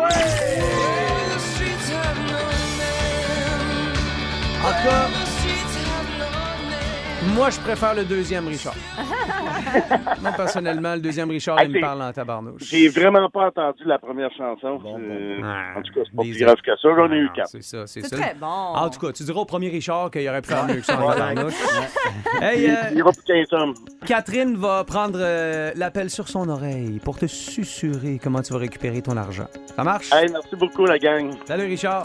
En tout cas, moi, je préfère le deuxième Richard. Moi, personnellement, le deuxième Richard, il me parle en tabarnouche.
Ah, J'ai vraiment pas entendu la première chanson. Euh, En tout cas, c'est pas plus grave que ça. J'en ai eu quatre.
Ah, C'est ça,
C'est
ça.
très
bon.
En tout cas, tu diras au premier Richard qu'il aurait pu faire mieux que ça en
Ouais.
tabarnouche.
Il
Hey, euh,
il ira pour 15 hommes.
Catherine va prendre euh, l'appel sur son oreille pour te susurrer comment tu vas récupérer ton argent. Ça marche?
Hey, merci beaucoup, la gang.
Salut, Richard.